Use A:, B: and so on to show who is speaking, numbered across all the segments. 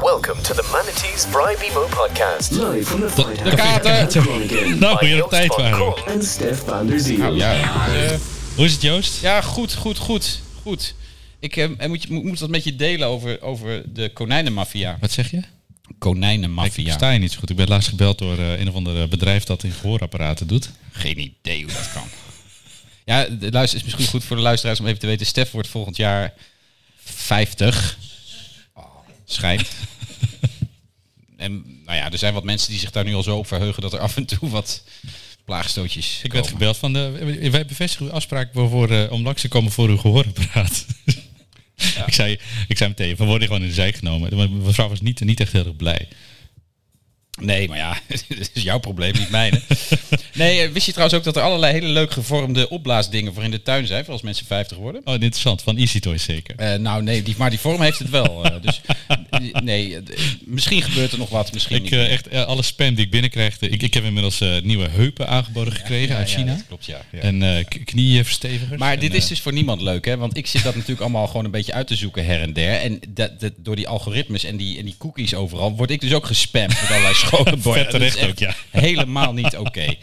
A: Welcome to the Manatees Bribe Emo podcast.
B: Live from the
C: De kaarten.
D: Nou,
A: By
D: weer
A: Joost
D: op tijd
A: van
D: waren we.
A: Koen.
B: And Stef van der Zeel.
C: Nou, Ja,
D: Eh, hoe is het, Joost?
C: ja goed, goed, goed. Goed. Ik eh, en moet, je, moet moet dat met je delen over, over de konijnenmafia.
D: Wat zeg je? Ik
C: Konijnenmafia.
D: versta je niet zo goed. Ik ben laatst gebeld door eh, een of ander bedrijf dat in gehoorapparaten doet.
C: Geen idee hoe dat kan. Ja, de luister is misschien goed voor de luisteraars om even te weten. Stef wordt volgend jaar 50. Schijnt. En nou ja, er zijn wat mensen die zich daar nu al zo op verheugen dat er af en toe wat plaagstootjes
D: Ik werd
C: komen.
D: gebeld van, de, eh, wij bevestigen uw afspraak voor, voor, eh, om langs te komen voor uw gehoorapparaat. ik, zei, ik zei meteen, we worden gewoon in de zijk genomen. De mevrouw was niet, niet echt heel erg blij.
C: Nee, maar ja, dit is jouw probleem, niet mijn. hè. Nee, eh, wist je trouwens ook dat er allerlei hele leuk gevormde opblaasdingen voor in de tuin zijn, voor als mensen 50 worden?
D: Oh, interessant. Van Easy Toys zeker.
C: Eh, nou, nee, die, maar die vorm heeft het wel. eh, dus eh, nee, eh, d- misschien gebeurt er nog wat, misschien
D: Ik,
C: niet.
D: eh, echt, eh, alle spam die ik binnenkrijg, eh, ik, ik heb inmiddels eh, nieuwe heupen aangeboden gekregen
C: Ja,
D: uit
C: ja,
D: China.
C: dat klopt, ja. ja.
D: En eh, k- knieënverstevigers.
C: Maar
D: En,
C: dit
D: eh,
C: is dus voor niemand leuk, hè? Want ik zit dat natuurlijk allemaal gewoon een beetje uit te zoeken her en der. En dat, dat- door die algoritmes en die, en die cookies overal word ik dus ook gespamd met allerlei schone borden.
D: Vet terecht
C: Dat is
D: ook, ja.
C: Helemaal niet oké.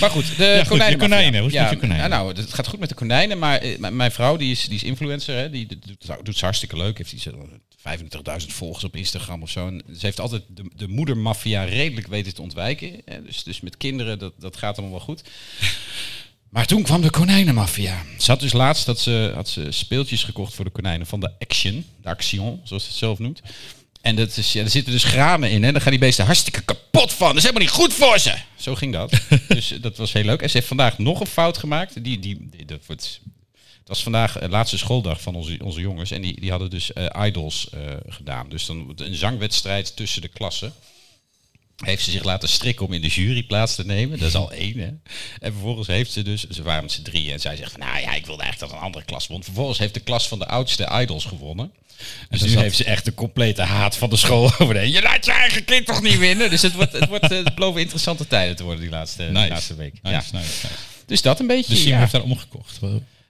C: Maar goed, de
D: je
C: konijnen.
D: konijnen. Hoe is het met je konijnen?
C: Nou, het gaat goed met de konijnen, maar eh, m- mijn vrouw die is, die is influencer, hè? Die doet, doet het hartstikke leuk. Heeft iets eh, 35.000 volgers op Instagram of zo. En ze heeft altijd de, de moedermafia redelijk weten te ontwijken. hè. Dus, dus met kinderen, dat, dat gaat allemaal wel goed. Maar toen kwam de konijnenmafia. Ze had dus laatst dat ze, had ze speeltjes gekocht voor de konijnen van de Action. De Action, zoals ze het zelf noemt. En dat is, ja, er zitten dus granen in. En daar gaan die beesten hartstikke kapot van. Dat is helemaal niet goed voor ze. Zo ging dat. dus eh, dat was heel leuk. En ze heeft vandaag nog een fout gemaakt. Die, die, die- dat wordt... Het was vandaag de laatste schooldag van onze, onze jongens. En die, die hadden dus eh, idols eh, gedaan. Dus dan een zangwedstrijd tussen de klassen heeft ze zich laten strikken om in de jury plaats te nemen. Dat is al één, hè. En vervolgens heeft ze dus... Ze waren met z'n drieën en zij zegt van... Nou ja, ik wilde eigenlijk dat een andere klas won. Vervolgens heeft de klas van de oudste idols gewonnen. En Dus nu
D: dat-
C: heeft ze echt de complete haat van de school over de... Je laat je eigen kind toch niet winnen? Dus het wordt, het wordt eh, het beloven interessante tijden te worden die laatste, die
D: Nice.
C: laatste week.
D: Nice,
C: ja.
D: nice, nice.
C: Dus dat een beetje,
D: Dus Simon
C: ja.
D: heeft daar omgekocht.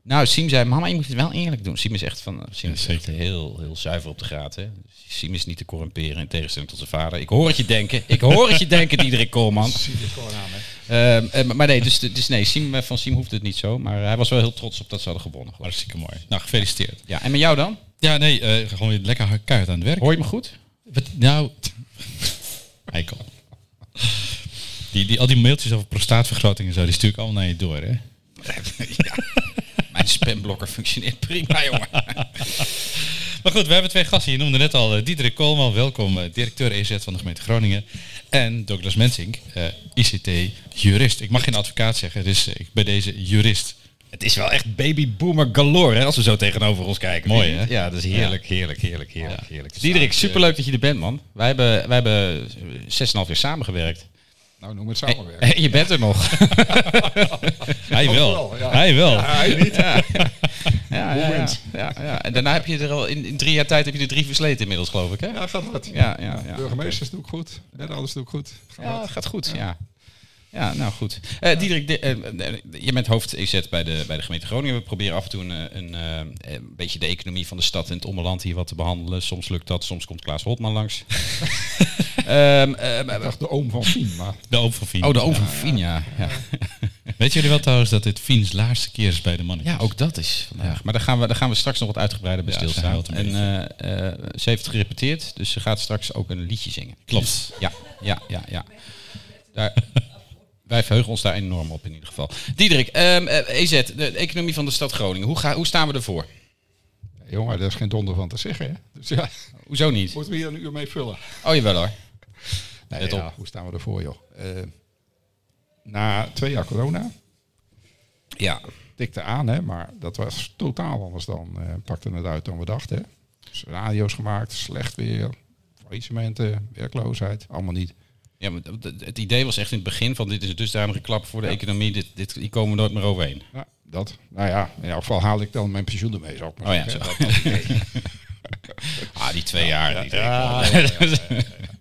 C: Nou, Siem zei, mama, je moet het wel eerlijk doen. Siem is echt van, eh, Siem is echt
D: zeker.
C: heel, heel zuiver op de graad. Hè? Siem is niet te corrumperen in tegenstelling tot zijn vader. Ik hoor het je denken. Ik hoor het je denken, Diederik Koolman. Ehm, eh, maar- maar nee, dus, dus nee, Siem, eh, van Siem hoeft het niet zo. Maar eh, hij was wel heel trots op dat ze hadden gewonnen. geloof ik.
D: Hartstikke mooi. Nou, gefeliciteerd.
C: Ja, en met jou dan?
D: Ja, nee, eh, gewoon weer lekker hard- keihard aan het werk.
C: Hoor je me goed?
D: Wat, nou, eikel. Die, die, al die mailtjes over prostaatvergroting en zo, die stuur ik allemaal naar je door, hè?
C: Mijn spamblokker functioneert prima, jongen.
D: Maar goed, we hebben twee gasten. Je noemde net al eh, Diederik Koolman, welkom, eh, directeur EZ van de gemeente Groningen. En Douglas Mensink, eh, ICT-jurist. Ik mag geen advocaat zeggen, dus eh, ik ben deze jurist.
C: Het is wel echt babyboomer galore, hè, als we zo tegenover ons kijken.
D: Mooi, hè?
C: Ja, dat is heerlijk, heerlijk, heerlijk, heerlijk, heerlijk. Diederik, superleuk dat je er bent, man. Wij hebben, wij hebben 6,5 jaar samengewerkt.
E: Nou, noem het samenwerken.
C: Hey, je bent er nog.
D: Hij wel,
E: wel, ja.
D: hij wel.
C: Ja, ja, ja, ja, ja. En daarna heb je er al in, in drie jaar tijd heb je er drie versleten inmiddels, geloof ik. Hè?
E: Ja, gaat hard.
C: Ja, ja, ja.
E: Burgemeesters doe ik goed. Net alles doe ik goed. Gaat
C: Ja,
E: hard.
C: gaat goed. Ja. Ja, nou goed. Eh Diederik, de- eh, eh, je bent hoofd EZ bij de, bij de gemeente Groningen. We proberen af en toe een, eh, een, eh, een beetje de economie van de stad en het ommeland hier wat te behandelen. Soms lukt dat, soms komt Klaas Holtman langs. Ehm, ehm,
E: Ik dacht de oom van Fien, maar
D: De oom van Fien.
C: oh, de oom van Fien, ja. ja.
D: Weet jullie wel trouwens dat dit Fiens laatste keer is bij de mannen?
C: Ja, ook dat is vandaag. Maar daar gaan we, daar gaan we straks nog wat uitgebreider bij
D: Ja, ze
C: stilstaan.
D: huilt een
C: En eh, eh, ze heeft gerepeteerd, dus ze gaat straks ook een liedje zingen. Dus,
D: Klopt.
C: Ja, ja, ja, ja. Daar, wij verheugen ons daar enorm op in ieder geval. Diederik, ehm, eh, EZ, de economie van de stad Groningen. Hoe, ga, hoe staan we ervoor?
E: jongen, daar is geen donder van te zeggen. Hè? Dus ja,
C: Hoezo niet?
E: moeten we hier een uur mee vullen.
C: Oh, jawel hoor.
E: Nee,
C: Let
E: ja,
C: op.
E: Hoe staan we ervoor, joh? Eh, na twee jaar corona
C: Ja.
E: tikte aan, hè, maar dat was totaal anders dan eh pakte het uit dan we dachten. Hè. Dus radio's gemaakt, slecht weer, faillissementen, werkloosheid, allemaal niet.
C: ja maar d- d- het idee was echt in het begin van dit is dus een dusdanige klap voor de economie. Dit, dit, hier komen we nooit meer overheen.
E: Ja, dat. Nou ja, in elk geval haal ik dan mijn pensioen ermee, zou ik maar
C: Oh ja,
E: zeggen.
C: zo.
E: Dat- dat idee.
C: Ah, die twee jaar. die twee-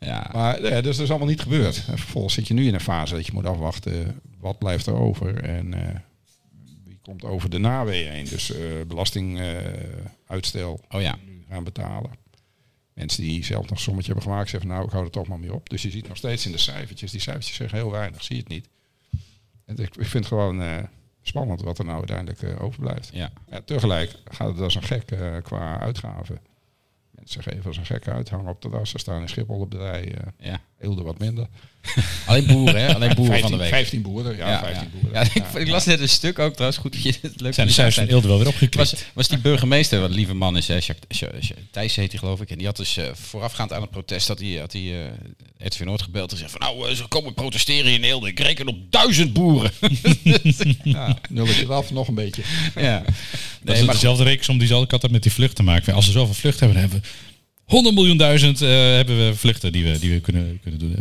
C: ja.
E: Maar ja, dus dat is allemaal niet gebeurd. En vervolgens zit je nu in een fase dat je moet afwachten wat blijft er over en eh, wie komt over de eh, naweeën heen. Dus belastinguitstel
C: Oh ja.
E: gaan betalen. Mensen die zelf nog een sommetje hebben gemaakt, zeggen van, nou, ik hou er toch maar mee op. Dus je ziet nog steeds in de cijfertjes, die cijfertjes zeggen heel weinig, zie je het niet. En ik, ik vind het gewoon eh, spannend wat er nou uiteindelijk eh, overblijft.
C: Ja.
E: Ja, tegelijk gaat het als een gek eh, qua uitgaven. Mensen geven als een gek uit, hangen op de das. Ze staan in Schiphol op de rij, eh
C: ja.
E: eelde wat minder.
C: Alleen boeren, hè? Alleen boeren
E: 15,
C: van de week.
E: 15 boeren, ja, 15 boeren.
C: Ja, ik, ik las net een stuk ook trouwens. Goed dat je het leuk
D: Zijn de
C: dat je
D: cijfers
C: dat
D: van
C: zei.
D: Eelde wel weer
C: was,
D: opgekrikt?
C: was die burgemeester, wat een lieve man is, hè, Jacques- Ja- Ja- Thijs heet hij geloof ik. En die had dus eh, voorafgaand aan het protest, had hij, had hij eh, RTV Noord gebeld en zei van nou, eh, ze komen protesteren in Eelde. Ik reken op duizend boeren.
E: Ja, nulletje eraf, nog een beetje.
C: ja.
D: Dat
C: Nee,
D: is
C: maar
D: dezelfde rekensom die ze altijd had met die vluchten maken. Als ze zoveel vluchten hebben, dan hebben we 100 miljoen duizend eh, hebben we vluchten die we, die we kunnen, kunnen doen.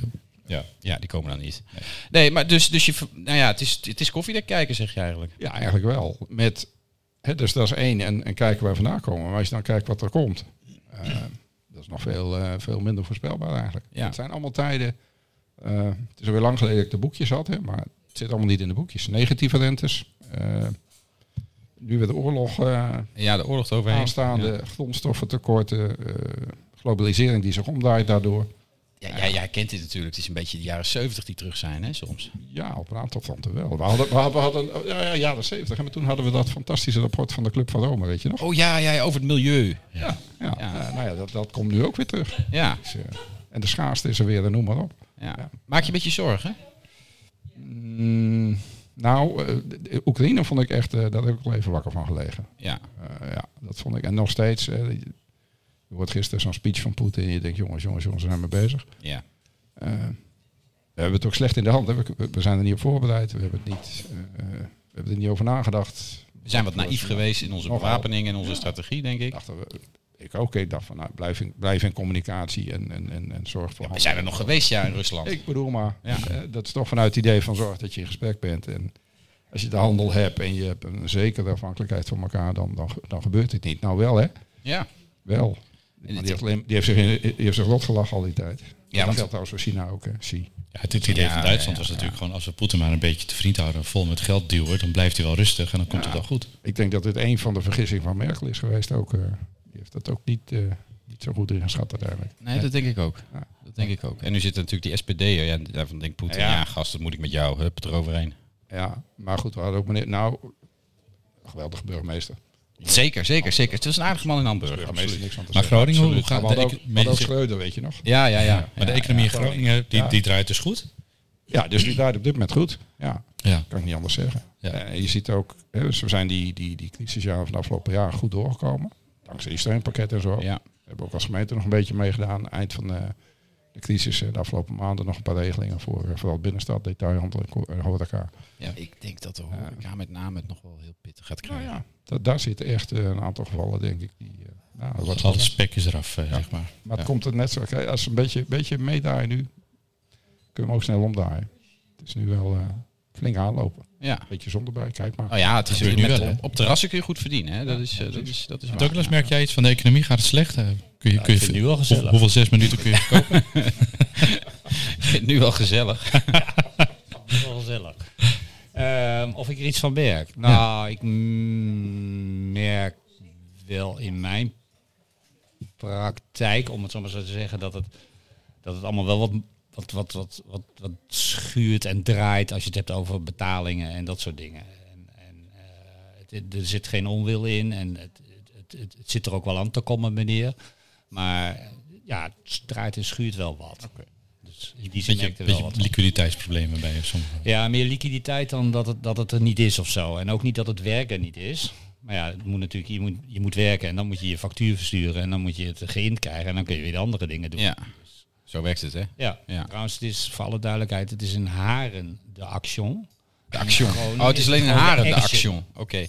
D: Ja.
C: Ja, die komen dan niet. Nee, maar dus, dus je, ver- nou ja, het is, het is koffiedek kijken, zeg je eigenlijk.
E: Ja, eigenlijk wel. Met, hè, dus dat is één. En, en kijken waar we vandaan komen. Maar als je dan kijkt wat er komt. eh, dat is nog veel, eh, veel minder voorspelbaar eigenlijk.
C: Ja.
E: Het zijn allemaal tijden. eh, het is alweer lang geleden dat ik de boekjes had. Hè, maar het zit allemaal niet in de boekjes. Negatieve rentes. eh, nu weer de oorlog eh,
C: Ja, de oorlog eroverheen.
E: aanstaande. Grondstoffentekorten. eh, globalisering die zich omdraait daardoor.
C: Ja, jij, jij kent dit natuurlijk. Het is een beetje de jaren zeventig die terug zijn, hè, soms.
E: Ja, op een aantal fronten wel. We hadden, we hadden, we hadden ja, ja, jaren 70. En toen hadden we dat fantastische rapport van de Club van Rome, weet je nog?
C: Oh ja, ja, ja, over het milieu.
E: Ja, ja.
C: Ja.
E: eh, nou ja, dat, dat komt nu ook weer terug.
C: Ja,
E: Dus, eh, en de schaarste is er weer, dan noem maar op.
C: ja. Maak je een beetje zorgen?
E: Mm, nou, eh, de- de Oekraïne vond ik echt, eh, daar heb ik wel even wakker van gelegen.
C: Ja.
E: Eh, ja, dat vond ik. En nog steeds, eh, je hoort gisteren zo'n speech van Poetin en je denkt, jongens, jongens, jongens, we zijn mee bezig.
C: Ja.
E: Eh, we hebben het ook slecht in de hand. Hè? We, we zijn er niet op voorbereid. We hebben, het niet, eh, eh, we hebben er niet over nagedacht.
C: We zijn wat naïef geweest in onze
E: Nogal.
C: bewapening en onze strategie, denk ik.
E: Dachten we, ik ook, ik dacht van, nou, blijf in, blijf in communicatie en, en, en, en zorg voor...
C: We zijn er nog geweest, ja, in Rusland.
E: Ik bedoel maar,
C: Ja.
E: eh, dat is toch vanuit het idee van zorg dat je in gesprek bent. En als je de handel hebt en je hebt een zekere afhankelijkheid van elkaar, dan, dan, dan gebeurt dit niet. Nou wel hè,
C: Ja.
E: wel.
C: En
E: Maar
C: het-
E: die, heeft alleen- die, heeft zich in, die heeft zich rot gelachen al die tijd. Ja, dat
C: want-
E: geldt trouwens voor China ook hè, Xi.
D: Ja, het, het idee
C: Ja,
D: van Duitsland
C: ja,
D: was natuurlijk gewoon als we Poetin maar een beetje te vriend houden en vol met geld duwen, dan blijft hij wel rustig en dan komt het wel goed.
E: Ik denk dat dit een van de vergissingen van Merkel is geweest ook. eh. die heeft dat ook niet, eh, niet zo goed in geschat uiteindelijk.
C: Nee, dat denk ik ook.
E: Ja.
C: Dat denk ik ook. En nu zit er natuurlijk die SPD er. Ja, daarvan denkt Poetin, ja.
E: Ja.
C: gast, dat moet ik met jou. Hup, eroverheen.
E: Ja, maar goed, we hadden ook meneer... Nou, geweldige burgemeester.
C: Zeker, zeker, zeker. Het is een aardige man in Hamburg.
E: Absoluut niks aan te
D: Maar
E: zeggen.
D: Groningen, hoe
E: Absoluut.
D: gaat
E: We hadden
D: de
E: ook,
D: eco-
E: we hadden ook
D: mensen-
E: Schreuder, weet je nog?
C: Ja, ja, ja.
D: Maar de
C: Ja,
D: economie in
C: ja.
D: Groningen, die,
E: Ja.
D: die draait dus goed.
E: Ja, dus die draait op dit moment goed. Ja,
D: Ja.
E: kan ik niet anders zeggen.
D: Ja.
E: Eh, je ziet ook, hè, dus we zijn die, die, die crisisjaren van de afgelopen jaren goed doorgekomen. Dankzij die steunpakket en zo.
C: Ja.
E: We hebben ook als gemeente nog een beetje meegedaan. Eind van de, de crisis, eh, de afgelopen maanden, nog een paar regelingen voor eh, vooral binnenstad, detailhandel en co- en horeca.
C: Ja, ik denk dat de horeca met name het nog wel heel pittig gaat
E: Nou
C: krijgen.
E: ja, da- daar zitten echt eh, een aantal gevallen, denk ik. Die, eh, nou, dat wordt
D: Al het spek is eraf, eh, zeg maar.
E: maar het komt er net zo. kijk, Als ze een beetje, beetje meedaaien nu, kunnen we hem ook snel omdraaien. Het is nu wel eh, flink aanlopen.
C: Ja.
E: Beetje zonder bij, kijk maar.
C: Oh ja, het is
D: Gebeurt nu
C: met-
D: wel, hè?
C: op, op terrassen kun je goed verdienen. Hè? Dat is, eh, dat is, dat is waar.
D: Douglas, merk jij iets van de economie? Gaat het slecht? Eh, Kun je, kun je,
B: vind het nu wel
D: hoe-
B: gezellig.
D: hoeveel zes minuten kun je verkopen?
C: Ik vind het nu wel gezellig.
B: Wel gezellig. Ehm, of ik er iets van merk. Nou, ik mm, merk wel in mijn praktijk, om het zo maar zo te zeggen, dat het, dat het allemaal wel wat, wat, wat, wat, wat, wat schuurt en draait als je het hebt over betalingen en dat soort dingen. En, en, eh, het- er zit geen onwil in en het, het, het, het zit er ook wel aan te komen, meneer. Maar ja, het draait en schuurt wel wat. Dus in die zin
D: Beetje,
B: merk ik er wel
D: beetje
B: wat van.
D: liquiditeitsproblemen bij sommigen.
B: Ja, meer liquiditeit dan dat het, dat het er niet is of zo. En ook niet dat het werken niet is. Maar ja, het moet natuurlijk, je, moet, je moet werken en dan moet je je factuur versturen en dan moet je het geïnd krijgen en dan kun je weer de andere dingen doen.
C: Ja. Zo werkt het, hè?
B: Ja.
C: Ja.
B: trouwens, het is voor alle duidelijkheid, het is in Haren de Action.
C: De Action.
B: Gewoon-
C: Oh, het is alleen in Haren de
B: Action.
C: Action. Oké.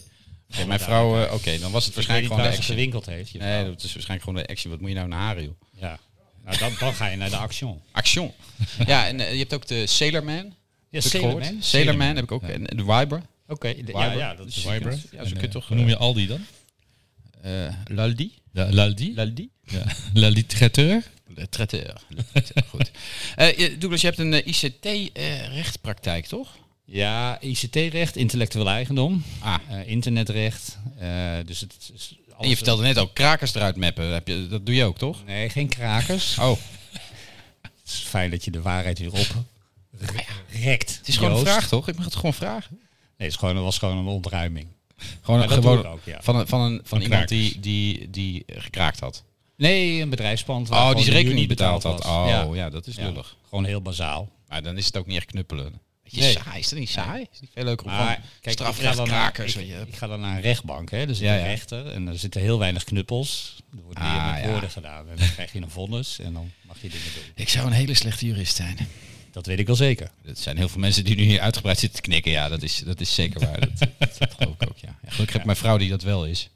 C: Oké, mijn vrouw, eh, oké, dan was het waarschijnlijk gewoon de
B: ik weet niet waar ze
C: Action.
B: gewinkeld heeft. jawel.
C: Nee, dat is waarschijnlijk gewoon de Action. Wat moet je nou naar Haren, joh?
B: Ja. Nou, dan, dan ga je naar de Action.
C: Action. ja, en eh, je hebt ook de Sailor Man.
B: Ja,
C: Heb je het
B: Sailor
C: gehoord?
B: Man.
C: Sailor Man heb ik ook. En de Viber.
B: Oké, de- ja, ja, dat is eh,
D: Viber.
C: Ja, zo kun je toch...
D: Hoe noem je Aldi dan?
C: eh, Laldi?
D: De Laldi?
C: Laldi?
D: Ja. Laldi traiteur?
C: De traiteur. Le traiteur, Goed. Eh, je- Douglas, je hebt een ICT-rechtpraktijk, toch?
B: Ja, ICT-recht, intellectueel eigendom,
C: Ah.
B: eh, internetrecht. eh, dus het is
C: En je vertelde net ook krakers eruit mappen. Heb je, dat doe je ook, toch?
B: Nee, geen krakers.
C: Oh,
B: Ah, Het is fijn dat je de waarheid weer op Ah, rekt.
C: het is gewoon een vraag, toch? Ik mag het gewoon vragen.
B: Nee, het is gewoon, het was gewoon een ontruiming.
C: Gewoon,
B: Maar dat
C: gewoon
B: doen we ook, ja.
C: van, een, van, een, van, iemand
D: krakers.
C: die, die, die gekraakt had.
B: Nee, een bedrijfspand waar
C: Oh, die
B: gewoon
C: zijn
B: de huur
C: rekening niet betaald had.
B: was. Ja.
C: Oh, ja, dat is
B: Ja,
C: lullig.
B: Gewoon heel bazaal.
C: Maar dan is het ook niet echt knuppelen. Weet je,
B: Nee.
C: saai. Is dat niet saai? Is het niet veel leuker
D: Ah,
C: om
B: Maar
C: van
B: kijk, ik ga,
C: strafrecht
B: dan
C: krakers?
B: naar,
C: weet je?
B: ik, ik ga dan naar een rechtbank. Hè. Dus Er zit
C: Ja,
B: een
C: ja.
B: rechter en er zitten heel weinig knuppels. Er wordt
C: Ah,
B: meer met
C: ja.
B: woorden gedaan. En dan krijg je een vonnis en dan mag je dingen doen.
C: Ik zou een hele slechte jurist zijn.
B: Dat weet ik wel zeker.
D: Dus-
C: Er zijn heel veel mensen die nu hier uitgebreid zitten te knikken. Ja, dat is, dat is zeker waar. Dat, dat geloof ik ook, ja. ja gelukkig heb ik mijn vrouw die dat wel is.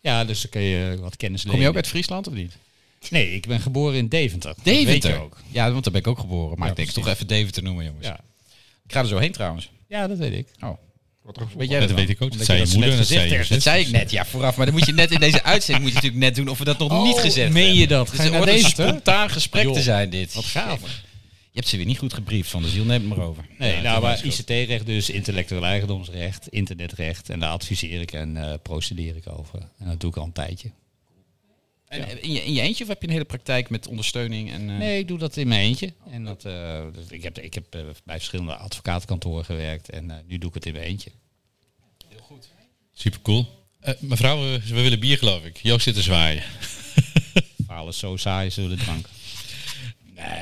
B: Ja, dus dan kun je wat kennis leren.
C: Kom je ook uit Friesland of niet?
B: Nee, ik ben geboren in Deventer. Dat Weet je ook.
C: Ja, want daar ben ik ook geboren. Maar
B: Ja,
C: ik denk
B: precies.
C: toch even Deventer noemen, jongens.
B: Ja.
C: Ik ga er zo heen trouwens.
B: ja, dat weet ik.
C: Oh.
E: Wat een gevoel.
C: Weet jij
D: dat
C: dan?
D: weet ik ook. Dat
B: Omdat
D: zei
B: je
D: je
B: dat
D: moeder en
B: net
D: dat zei je
B: gezegd
D: zus.
C: Dat zei ik net, ja, vooraf. Maar dan moet je net in deze uitzending moet je natuurlijk net doen of we dat nog niet gezegd
B: Oh, meen je
C: hebben.
B: dat?
C: Dus
B: Ga je
C: het
B: naar
C: wordt een
B: deze toe?
C: spontaan gesprek
B: Joh,
C: te zijn, dit.
B: Wat gaaf.
C: Je hebt ze weer niet goed gebriefd van de ziel, neem het maar over.
B: Nee,
C: Ja,
B: nou,
C: dat
B: maar
C: is goed.
B: ICT-recht dus, intellectueel eigendomsrecht, internetrecht. En daar adviseer ik en eh, procedeer ik over. En dat doe ik al een tijdje.
C: En, eh, in, je, in je eentje of heb je een hele praktijk met ondersteuning? En, eh,
B: Nee, ik doe dat in mijn eentje. En dat, eh, dat- ik heb, ik heb eh, bij verschillende advocatenkantoren gewerkt. En eh, nu doe ik het in mijn eentje.
D: Super cool. mevrouw, eh, we willen bier geloof ik. Joost zit te zwaaien.
B: Het Verhaal is zo saai, zullen de drank.
C: Ah,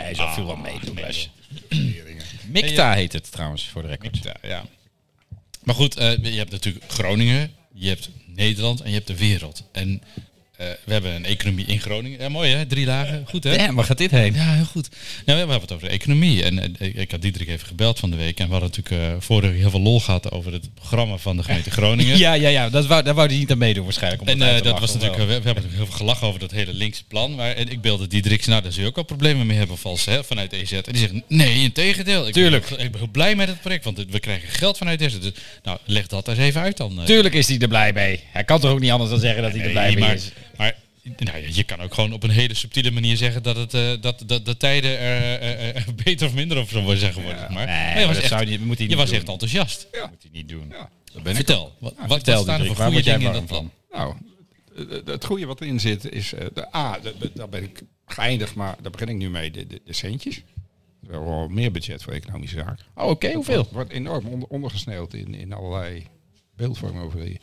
C: Nee, zo veel wel mee.
B: nee,
C: Bas. Mikta heet het trouwens, voor de record.
D: ja. Maar goed, eh, je hebt natuurlijk Groningen, je hebt Nederland en je hebt de wereld. En eh, we hebben een economie in Groningen. Ja, mooi hè, drie dagen. Goed hè?
C: Damn, waar gaat dit heen?
D: Ja, heel goed. Nou, we hebben het over de economie. En, eh, ik, ik had Diederik even gebeld van de week. En we hadden natuurlijk eh, vorige week heel veel lol gehad over het programma van de gemeente Groningen.
C: Ja, ja, ja. Dat wou, daar wou hij niet aan meedoen waarschijnlijk. om
D: En
C: uit
D: eh,
C: te
D: dat
C: lachen,
D: was natuurlijk,
C: wel.
D: we, we hebben natuurlijk heel veel gelachen over dat hele linkse plan. Maar en ik beelde Diederik, nou daar zul je ook al problemen mee hebben vals, hè, vanuit EZ. En die zegt, nee, in tegendeel. Ik
C: Tuurlijk.
D: Ben, heel- ik ben heel blij met het project, want we krijgen geld vanuit EZ. Dus, nou, leg dat eens even uit dan. eh.
C: Tuurlijk is hij er blij mee. Hij kan toch ook niet anders dan zeggen dat hij er blij
D: Nee,
C: mee
D: maar,
C: is.
D: maar nou, ja, je kan ook gewoon op een hele subtiele manier zeggen dat, het, eh, dat, dat de tijden er eh, eh, beter of minder of zo worden, zeg maar. maar
C: nee,
D: je
C: maar
D: was
C: dat
D: echt-
C: zou je- moet hij
D: je
C: niet
D: was
C: doen.
D: echt enthousiast.
E: Ja.
C: moet hij niet doen.
E: Ja.
D: Vertel, wat, wat
C: vertel,
D: staan er
C: Diederik,
D: voor
C: waar
D: goede
C: word jij
D: dingen in dat
C: warm
D: plan?
C: van?
E: Nou, het- het goede wat erin zit is, eh, de A, de- de- daar ben ik geëindigd, maar daar begin ik nu mee, de, de, de centjes. We hebben wel meer budget voor economische zaken.
C: Oh, oké. hoeveel?
E: Wordt, wordt enorm onder, ondergesneeuwd in, in allerlei beeldvormen over, die,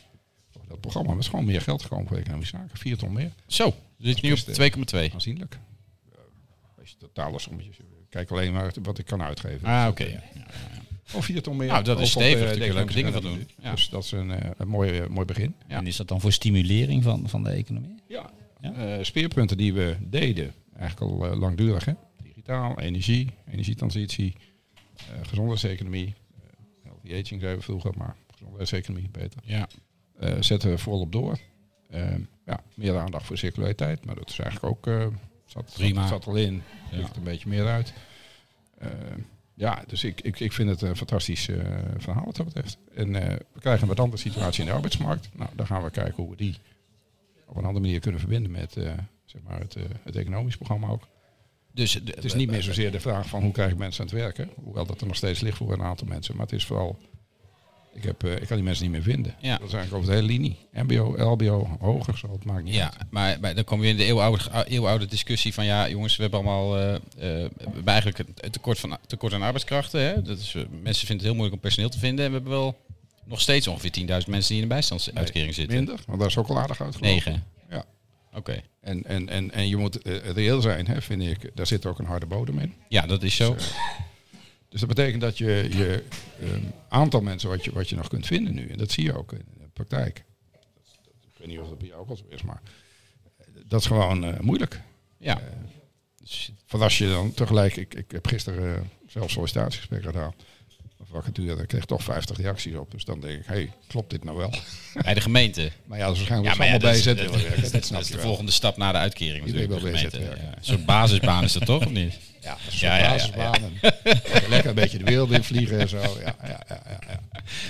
E: over dat programma. Maar het is gewoon meer geld gekomen voor economische zaken. Vier ton meer,
C: Zo. Dit nu op
E: Best, eh,
C: 2,2.
E: aanzienlijk. Eh, als je totale sommetjes, kijk alleen maar wat ik kan uitgeven.
C: Ah, oké.
E: Of vier ton meer.
C: Nou, dat is
E: Of op,
C: stevig,
E: eh,
C: daar
E: de
C: kun je leuke dingen van
E: economische
C: doen. Ja.
E: Dus dat is een, eh, een mooi, eh, mooi begin.
C: Ja.
B: En is dat dan voor stimulering van, van de economie?
E: Ja. Eh, speerpunten die we deden, eigenlijk al eh, langdurig. Hè? Digitaal, energie, energietransitie, eh, gezondheidseconomie. eh, healthy aging zeiden we vroeger, maar gezondheidseconomie beter.
C: Ja.
E: Eh, zetten we volop door. Eh, ja, meer aandacht voor circulariteit, maar dat is eigenlijk ook... eh, zat,
C: Prima.
E: Prima. zat al in,
C: Ja.
E: ligt een beetje meer uit. Eh, ja, dus ik, ik, ik vind het een fantastisch eh, verhaal wat dat betreft. En eh, we krijgen een wat andere situatie in de arbeidsmarkt. Nou, dan gaan we kijken hoe we die op een andere manier kunnen verbinden met eh, zeg maar het, eh, het economisch programma ook.
C: Dus
E: Het is niet meer zozeer de vraag van hoe krijg ik mensen aan het werken. Hoewel dat er nog steeds ligt voor een aantal mensen. Maar het is vooral, ik, heb, eh, ik kan die mensen niet meer vinden.
C: Ja.
E: Dat is eigenlijk over de hele linie. MBO, LBO, hoger, zo, het maakt niet
C: Ja,
E: uit.
C: maar, maar dan kom je in de eeuwenoude, eeuwenoude discussie van ja, jongens, we hebben allemaal eh, eh, we hebben eigenlijk een- een tekort, van, tekort aan arbeidskrachten. Hè? Dat is, eh, mensen vinden het heel moeilijk om personeel te vinden. En we hebben wel nog steeds ongeveer 10.000 mensen die in de bijstandsuitkering zitten.
E: Minder, want daar is ook al aardig uitgelopen.
C: Negen.
E: Ja.
C: Oké.
E: En, en, en, en je moet eh, reëel zijn, hè, vind ik. Daar zit ook een harde bodem in.
C: Ja, dat is zo.
E: Dus dat betekent dat je je ehm, aantal mensen wat je, wat je nog kunt vinden nu, en dat zie je ook in de praktijk. Ik weet niet of dat bij jou ook al zo is, maar dat is gewoon eh, moeilijk.
C: Ja.
E: Van als je dan tegelijk, ik, ik heb gisteren eh, zelf sollicitatiegesprek gedaan, een vacature, daar kreeg ik toch 50 reacties op. Dus dan denk ik, hé, hey, klopt dit nou wel?
C: Bij de gemeente.
E: Maar ja, dat is waarschijnlijk
C: Ja, maar ja,
E: wat ze allemaal
C: dat
E: bij
C: is,
E: zet
C: dat,
E: willen werken.
C: dat-
E: Dat snap
C: dat is
E: je
C: de
E: wel.
C: volgende stap na de uitkering. Natuurlijk,
E: wil
C: de
E: bij
C: gemeente.
E: ZWR, ja.
C: Ja. Een soort basisbaan is dat toch, of niet?
E: Ja, dat
C: Ja, ja, ja,
E: is basisbanen. Lekker een beetje de wereld in vliegen en zo. Ja, ja, ja, ja, ja.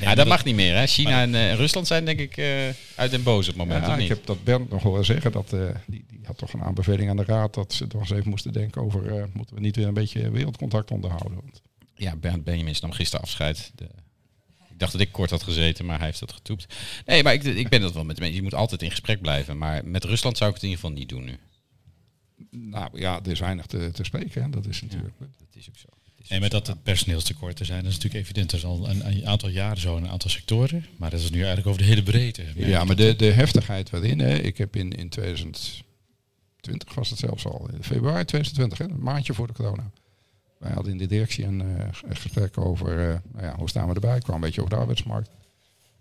C: Ja, dat mag niet meer. Hè? China en eh, Rusland zijn denk ik eh, uit den boze op het moment,
E: Ja,
C: of
E: ik
C: niet?
E: heb dat Bernd nog horen zeggen. Dat, eh, die, die had toch een aanbeveling aan de raad dat ze toch eens even moesten denken over... eh, moeten we niet weer een beetje wereldcontact onderhouden? Want
C: Ja, Bernd Benjamin nam gisteren afscheid. De Ik dacht dat ik kort had gezeten, maar hij heeft dat getoept. Nee, maar ik, ik ben dat wel met mensen. Je moet altijd in gesprek blijven. Maar met Rusland zou ik het in ieder geval niet doen nu.
E: Nou ja, er is weinig te, te spreken. Hè. Dat is natuurlijk.
C: Dat is ook zo.
D: En met dat er personeelstekorten zijn, dat is natuurlijk evident. Dat is al een, een aantal jaren zo in een aantal sectoren. Maar dat is nu eigenlijk over de hele breedte.
E: Ja, maar de, de heftigheid waarin. Hè, ik heb in, in 2020 was het zelfs al. In februari 2020, hè, een maandje voor de corona. Wij hadden in de directie een, eh, g- een gesprek over eh, nou ja, hoe staan we erbij. Ik kwam een beetje over de arbeidsmarkt.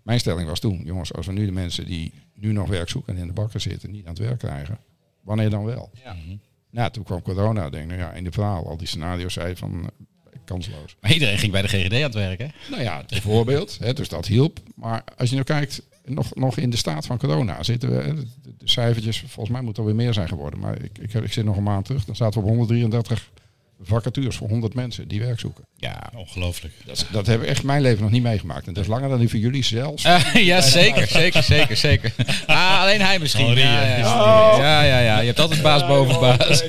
E: Mijn stelling was toen, jongens, als we nu de mensen die nu nog werk zoeken en in de bakken zitten, niet aan het werk krijgen, wanneer dan wel? Nou, toen kwam corona, denk ik, nou ja, in de verhaal, al die scenario's zei van eh, kansloos.
C: Maar iedereen ging bij de GGD aan het werken.
E: Nou ja, bijvoorbeeld. Hè, dus dat hielp. Maar als je nu kijkt, nog, nog in de staat van corona zitten we. hè, de, de cijfertjes, volgens mij moet er weer meer zijn geworden. Maar ik, ik, heb- ik zit nog een maand terug. Dan zaten we op 133 vacatures voor 100 mensen die werk zoeken.
C: Ja.
D: Ongelooflijk.
E: Dat, is- dat heb ik echt mijn leven nog niet meegemaakt. En dat is langer dan die voor jullie zelfs.
C: ja, zeker, zeker, zeker, zeker. Ah, alleen hij misschien.
D: Galerie,
C: ja, ja,
D: hè?
C: ja. ja, ja, ja. Je hebt altijd baas boven baas.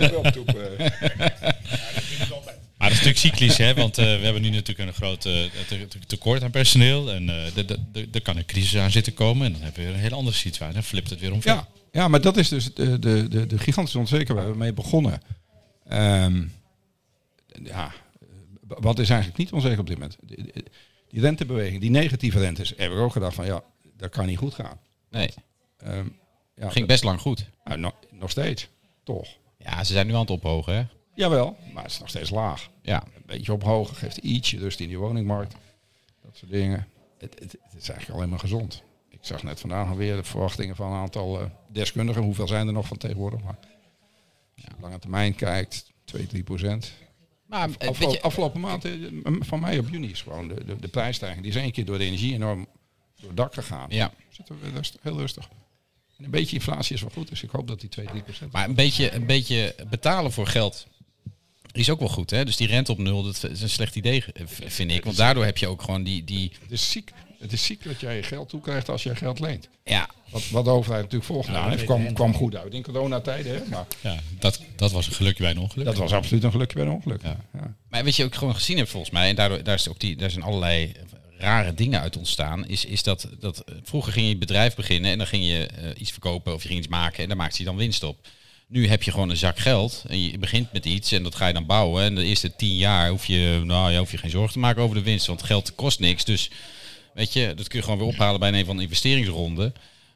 D: Maar dat is natuurlijk cyclisch, hè? want eh, we hebben nu natuurlijk een groot eh, te- te- tekort aan personeel. En eh, de- de- de- er kan een crisis aan zitten komen. En dan hebben we weer een hele andere situatie. Dan flipt het weer om.
E: Ja, ja maar dat is dus de, de, de, de gigantische onzekerheid waar we mee begonnen. Ehm, ja, w- wat is eigenlijk niet onzeker op dit moment? De- de- Die rentebeweging, die negatieve rentes, hebben we ook gedacht van ja, dat kan niet goed gaan.
C: Nee,
E: Ehm, ja,
C: ging
E: dat-
C: best lang goed.
E: nou, no- nog steeds, toch?
C: Ja, ze zijn nu aan het ophogen, hè?
E: Jawel, maar het is nog steeds laag.
C: Ja.
E: Een beetje ophogen geeft ietsje rust in die woningmarkt. Dat soort dingen. Het, het, het is eigenlijk alleen maar gezond. Ik zag net vandaag alweer de verwachtingen van een aantal eh, deskundigen. Hoeveel zijn er nog van tegenwoordig? Maar als je op lange termijn kijkt, 2, 3 procent.
C: Maar eh,
E: Afgelopen,
C: weet je,
E: afgelopen maand, eh, van mei op juni is gewoon de, de, de prijsstijging. Die is één keer door de energie enorm door het dak gegaan.
C: ja.
E: Zitten we rust- heel rustig. En een beetje inflatie is wel goed, dus ik hoop dat die 2, 3 procent...
C: Maar een beetje, een beetje betalen voor geld is ook wel goed, hè? Dus die rente op nul, dat is een slecht idee, eh, v- vind ik. Want daardoor heb je ook gewoon die... die
E: Het is ziek. Het is ziek dat jij je geld toekrijgt als je geld leent.
C: ja,
E: Wat, wat de overheid natuurlijk voorgedaan
B: dat
E: heeft,
B: weet
E: kwam,
B: je.
E: kwam goed uit in coronatijden. Hè? Maar
D: Ja, dat, dat was een gelukje bij een ongeluk.
E: dat was absoluut een gelukje bij een ongeluk. Ja.
C: maar wat je ook gewoon gezien hebt volgens mij, en daardoor, daar, is ook die, daar zijn allerlei rare dingen uit ontstaan, is, is dat, dat eh, vroeger ging je een bedrijf beginnen en dan ging je eh, iets verkopen of je ging iets maken en daar maakte je dan winst op. Nu heb je gewoon een zak geld en je begint met iets en dat ga je dan bouwen. En de eerste tien jaar hoef je, nou, je, hoef je geen zorgen te maken over de winst, want geld kost niks. Dus Weet je, dat kun je gewoon weer ophalen bij een van de investeringsronden.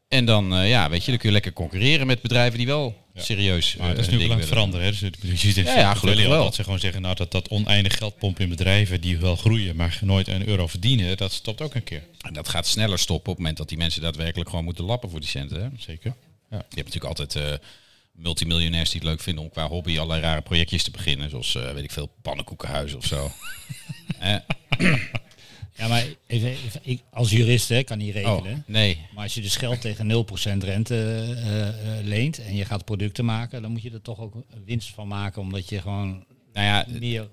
C: En dan, eh, ja, weet je, dan kun je lekker concurreren met bedrijven die wel serieus.
D: Maar
C: eh,
D: dat is nu
C: dingen
D: ook aan het
C: willen.
D: veranderen. Hè? Dus, het- dus je ziet
C: Ja,
D: ja,
C: ja, gelukkig wel.
D: Dat ze gewoon zeggen nou, dat, dat oneindig geld pompen in bedrijven die wel groeien, maar nooit een euro verdienen, dat stopt ook een keer.
C: En dat gaat sneller stoppen op het moment dat die mensen daadwerkelijk gewoon moeten lappen voor die centen. Hè?
D: Zeker.
C: Je hebt natuurlijk altijd eh, multimiljonairs die het leuk vinden om qua hobby allerlei rare projectjes te beginnen. Zoals, eh, weet ik veel, pannenkoekenhuizen of zo.
B: Ja, maar even, even- ik, als jurist hè, kan niet
C: oh,
B: regelen.
C: nee.
B: Maar als je dus geld tegen 0% rente eh, eh, leent en je gaat producten maken, dan moet je er toch ook winst van maken. Omdat je gewoon
C: Nou ja,
B: meer,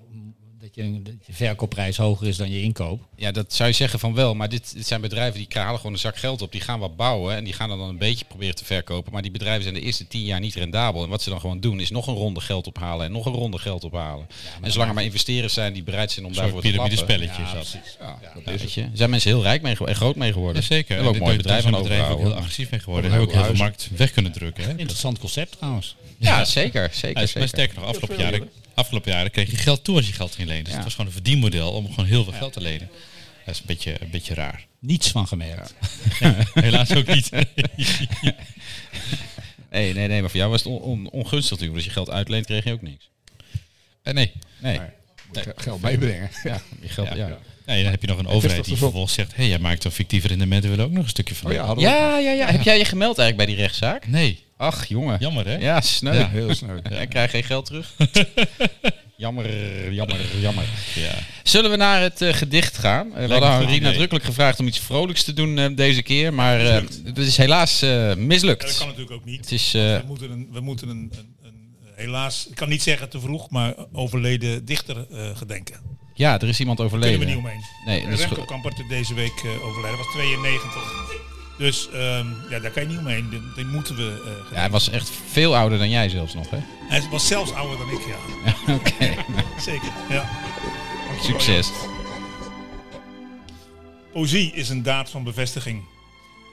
B: dat je, dat je verkoopprijs hoger is dan je inkoop.
C: Ja, dat zou je zeggen van wel, maar dit, dit zijn bedrijven die kralen gewoon een zak geld op. Die gaan wat bouwen en die gaan dan een beetje proberen te verkopen. Maar die bedrijven zijn de eerste tien jaar niet rendabel. En wat ze dan gewoon doen is nog een ronde geld ophalen en nog een ronde geld ophalen. en zolang er maar investeerders zijn die bereid zijn om
D: Een
C: daarvoor
D: soort
C: te lappen.
D: piramidespelletje is dat.
C: Ja, weet je, Er zijn mensen heel rijk mee, gewo- en groot mee geworden.
D: Ja, zeker.
C: En ook
D: En
C: mooie
D: daar-
C: bedrijven
D: daar zijn
C: aan
D: bedrijven ook heel
C: overgehouden.
D: agressief mee geworden. Hebben ook heel veel markt weg kunnen drukken. Hè?
B: Interessant concept trouwens.
C: Ja, zeker,
D: Ja,
C: zeker,
D: is- maar
C: zeker.
D: sterker nog, afgelopen jaren, afgelopen jaren kreeg je geld toe als je geld ging lenen. Dus
C: Ja.
D: het was gewoon een verdienmodel om gewoon heel veel geld te lenen. Dat is een beetje, een beetje raar.
B: Niets van gemerkt.
D: Helaas ook niet.
C: Nee, nee, nee, maar voor jou was het on- on- ongunstig natuurlijk. Als je geld uitleent, kreeg je ook niks.
D: Eh, nee.
C: Nee,
E: Moet je Geld meebrengen. Ja.
C: je geld,
D: Ja.
C: ja.
D: nee, dan heb je nog een
E: is
D: overheid
E: toch
D: die
E: de vol-
D: vervolgens zegt... hé, hey, jij maakt een fictief rendement, we willen ook nog een stukje van.
E: Oh ja, hadden we
C: Ja, ja, ja. Heb jij je gemeld eigenlijk bij die rechtszaak?
D: Nee,
C: Ach, jongen.
D: jammer hè?
C: Ja, sneu.
E: ook. heel snel.
C: Jij krijgt geen geld terug. jammer, jammer, jammer.
D: Ja.
C: Zullen we naar het eh, gedicht gaan? Eh, we hadden
D: een goed
C: Henri
D: idee.
C: nadrukkelijk gevraagd om iets vrolijks te doen eh, deze keer, maar eh, het is helaas eh,
F: Ja, dat
C: mislukt.
F: kan natuurlijk ook niet.
C: Het is, eh,
F: we moeten, een, we moeten een, een, een- helaas, ik kan niet zeggen te vroeg, maar overleden dichter eh, gedenken. Daar
C: ja, er is iemand
F: kunnen we niet Eh,
C: overleden.
F: omheen.
C: Nee, dat is
F: Remco
C: goed.
F: Kampert is deze week eh, overleden, was 92. Dus ehm, ja, daar kan je niet omheen. Die, die moeten we. eh, gedenken.
C: Ja, hij was echt veel ouder dan jij zelfs nog, hè?
F: Hij was zelfs ouder dan ik, ja.
C: Oké,
F: Zeker. Ja.
C: succes.
F: Poëzie. Poëzie is een daad van bevestiging.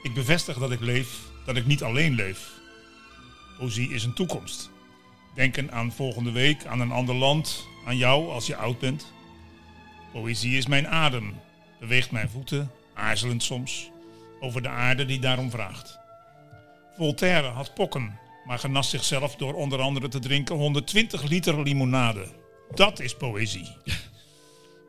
F: Ik bevestig dat ik leef, dat ik niet alleen leef. Poëzie is een toekomst. Denken aan volgende week, aan een ander land, aan jou als je oud bent. Poëzie is mijn adem, beweegt mijn voeten, aarzelend soms, over de aarde die daarom vraagt. Voltaire had pokken, maar genas zichzelf door onder andere te drinken 120 liter limonade. Dat is poëzie.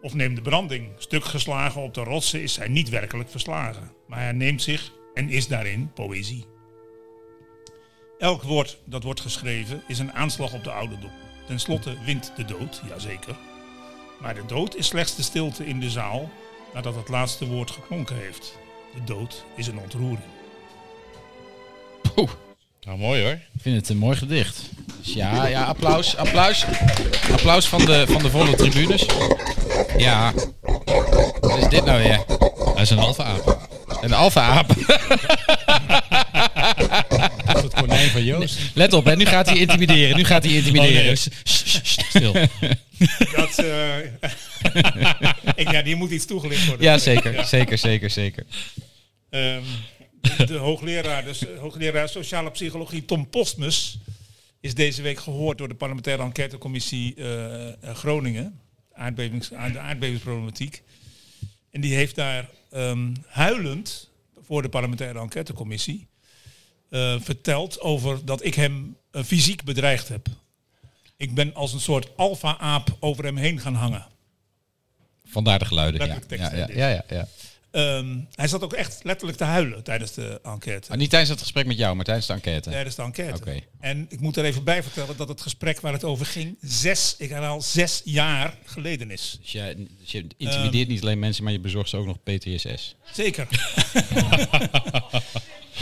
F: Of neem de branding. Stuk geslagen op de rotsen is hij niet werkelijk verslagen. Maar hij neemt zich en is daarin poëzie. Elk woord dat wordt geschreven is een aanslag op de ouderdom. Ten slotte wint de dood, jazeker. Maar de dood is slechts de stilte in de zaal nadat het laatste woord geklonken heeft. De dood is een ontroering.
D: Nou, mooi hoor.
C: Ik vind het een mooi gedicht. Dus ja, ja, applaus, applaus. Applaus van de, van de volle tribunes. Ja. Wat is dit nou weer?
D: Hij is een halve aap.
C: Een alfa-aap.
B: Het konijn van Joost.
C: Let op, hè. nu gaat hij intimideren. Nu gaat hij
D: Oh, nee.
C: intimideren. Dus,
D: Sst, sst, sst, Stil.
F: Dat, eh, ik, ja, die moet iets toegelicht worden.
C: Ja, zeker, zeker, zeker, zeker.
F: Ehm, de hoogleraar, dus, eh, hoogleraar sociale psychologie Tom Postmus is deze week gehoord door de parlementaire enquêtecommissie eh, eh, Groningen, aardbevings, aan de aardbevingsproblematiek. En die heeft daar ehm, huilend voor de parlementaire enquêtecommissie eh, verteld over dat ik hem eh, fysiek bedreigd heb. Ik ben als een soort alfa-aap over hem heen gaan hangen.
C: Vandaar de geluiden. Ja,
F: Letterlijk tekst,
C: ja, ja,
F: hè,
C: ja, ja, ja.
F: Ehm, hij zat ook echt letterlijk te huilen tijdens de enquête.
C: Maar niet tijdens het gesprek met jou, maar tijdens de enquête.
F: Tijdens de enquête.
C: Oké.
F: En ik moet er even bij vertellen dat het gesprek waar het over ging, zes, ik herhaal, zes jaar geleden is.
C: Dus je, dus je
D: Eh,
C: intimideert niet alleen mensen, maar je bezorgt ze ook nog PTSS.
F: Zeker.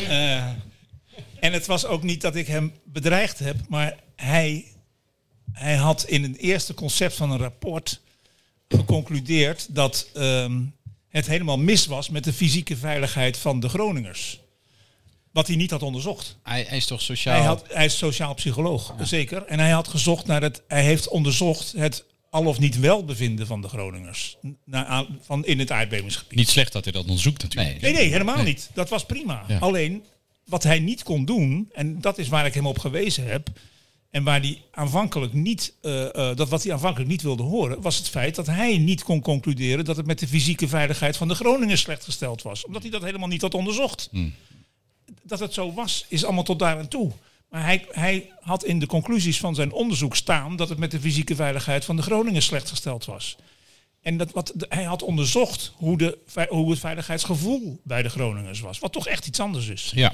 F: Eh, en het was ook niet dat ik hem bedreigd heb, maar hij, hij had in het eerste concept van een rapport geconcludeerd dat ehm, het helemaal mis was met de fysieke veiligheid van de Groningers. Wat hij niet had onderzocht.
C: Hij, hij is toch sociaal...
F: Hij, had, hij is sociaal psycholoog, zeker. En hij had gezocht naar het, hij heeft onderzocht het al of niet welbevinden van de Groningers na, aan- van in het aardbevingsgebied.
D: Niet slecht dat hij dat onderzoekt natuurlijk.
C: Nee.
F: Nee, nee, helemaal niet. Dat was prima. Alleen wat hij niet kon doen, en dat is waar ik hem op gewezen heb, en waar hij aanvankelijk niet, eh, eh, dat wat hij aanvankelijk niet wilde horen, was het feit dat hij niet kon concluderen dat het met de fysieke veiligheid van de Groningers slecht gesteld was, omdat hij dat helemaal niet had onderzocht. Dat het zo was, is allemaal tot daar en toe. Maar hij, hij had in de conclusies van zijn onderzoek staan dat het met de fysieke veiligheid van de Groningers slecht gesteld was. En dat wat, de- hij had onderzocht hoe, de, vei- hoe het veiligheidsgevoel bij de Groningers was. Wat toch echt iets anders is.
D: Ja.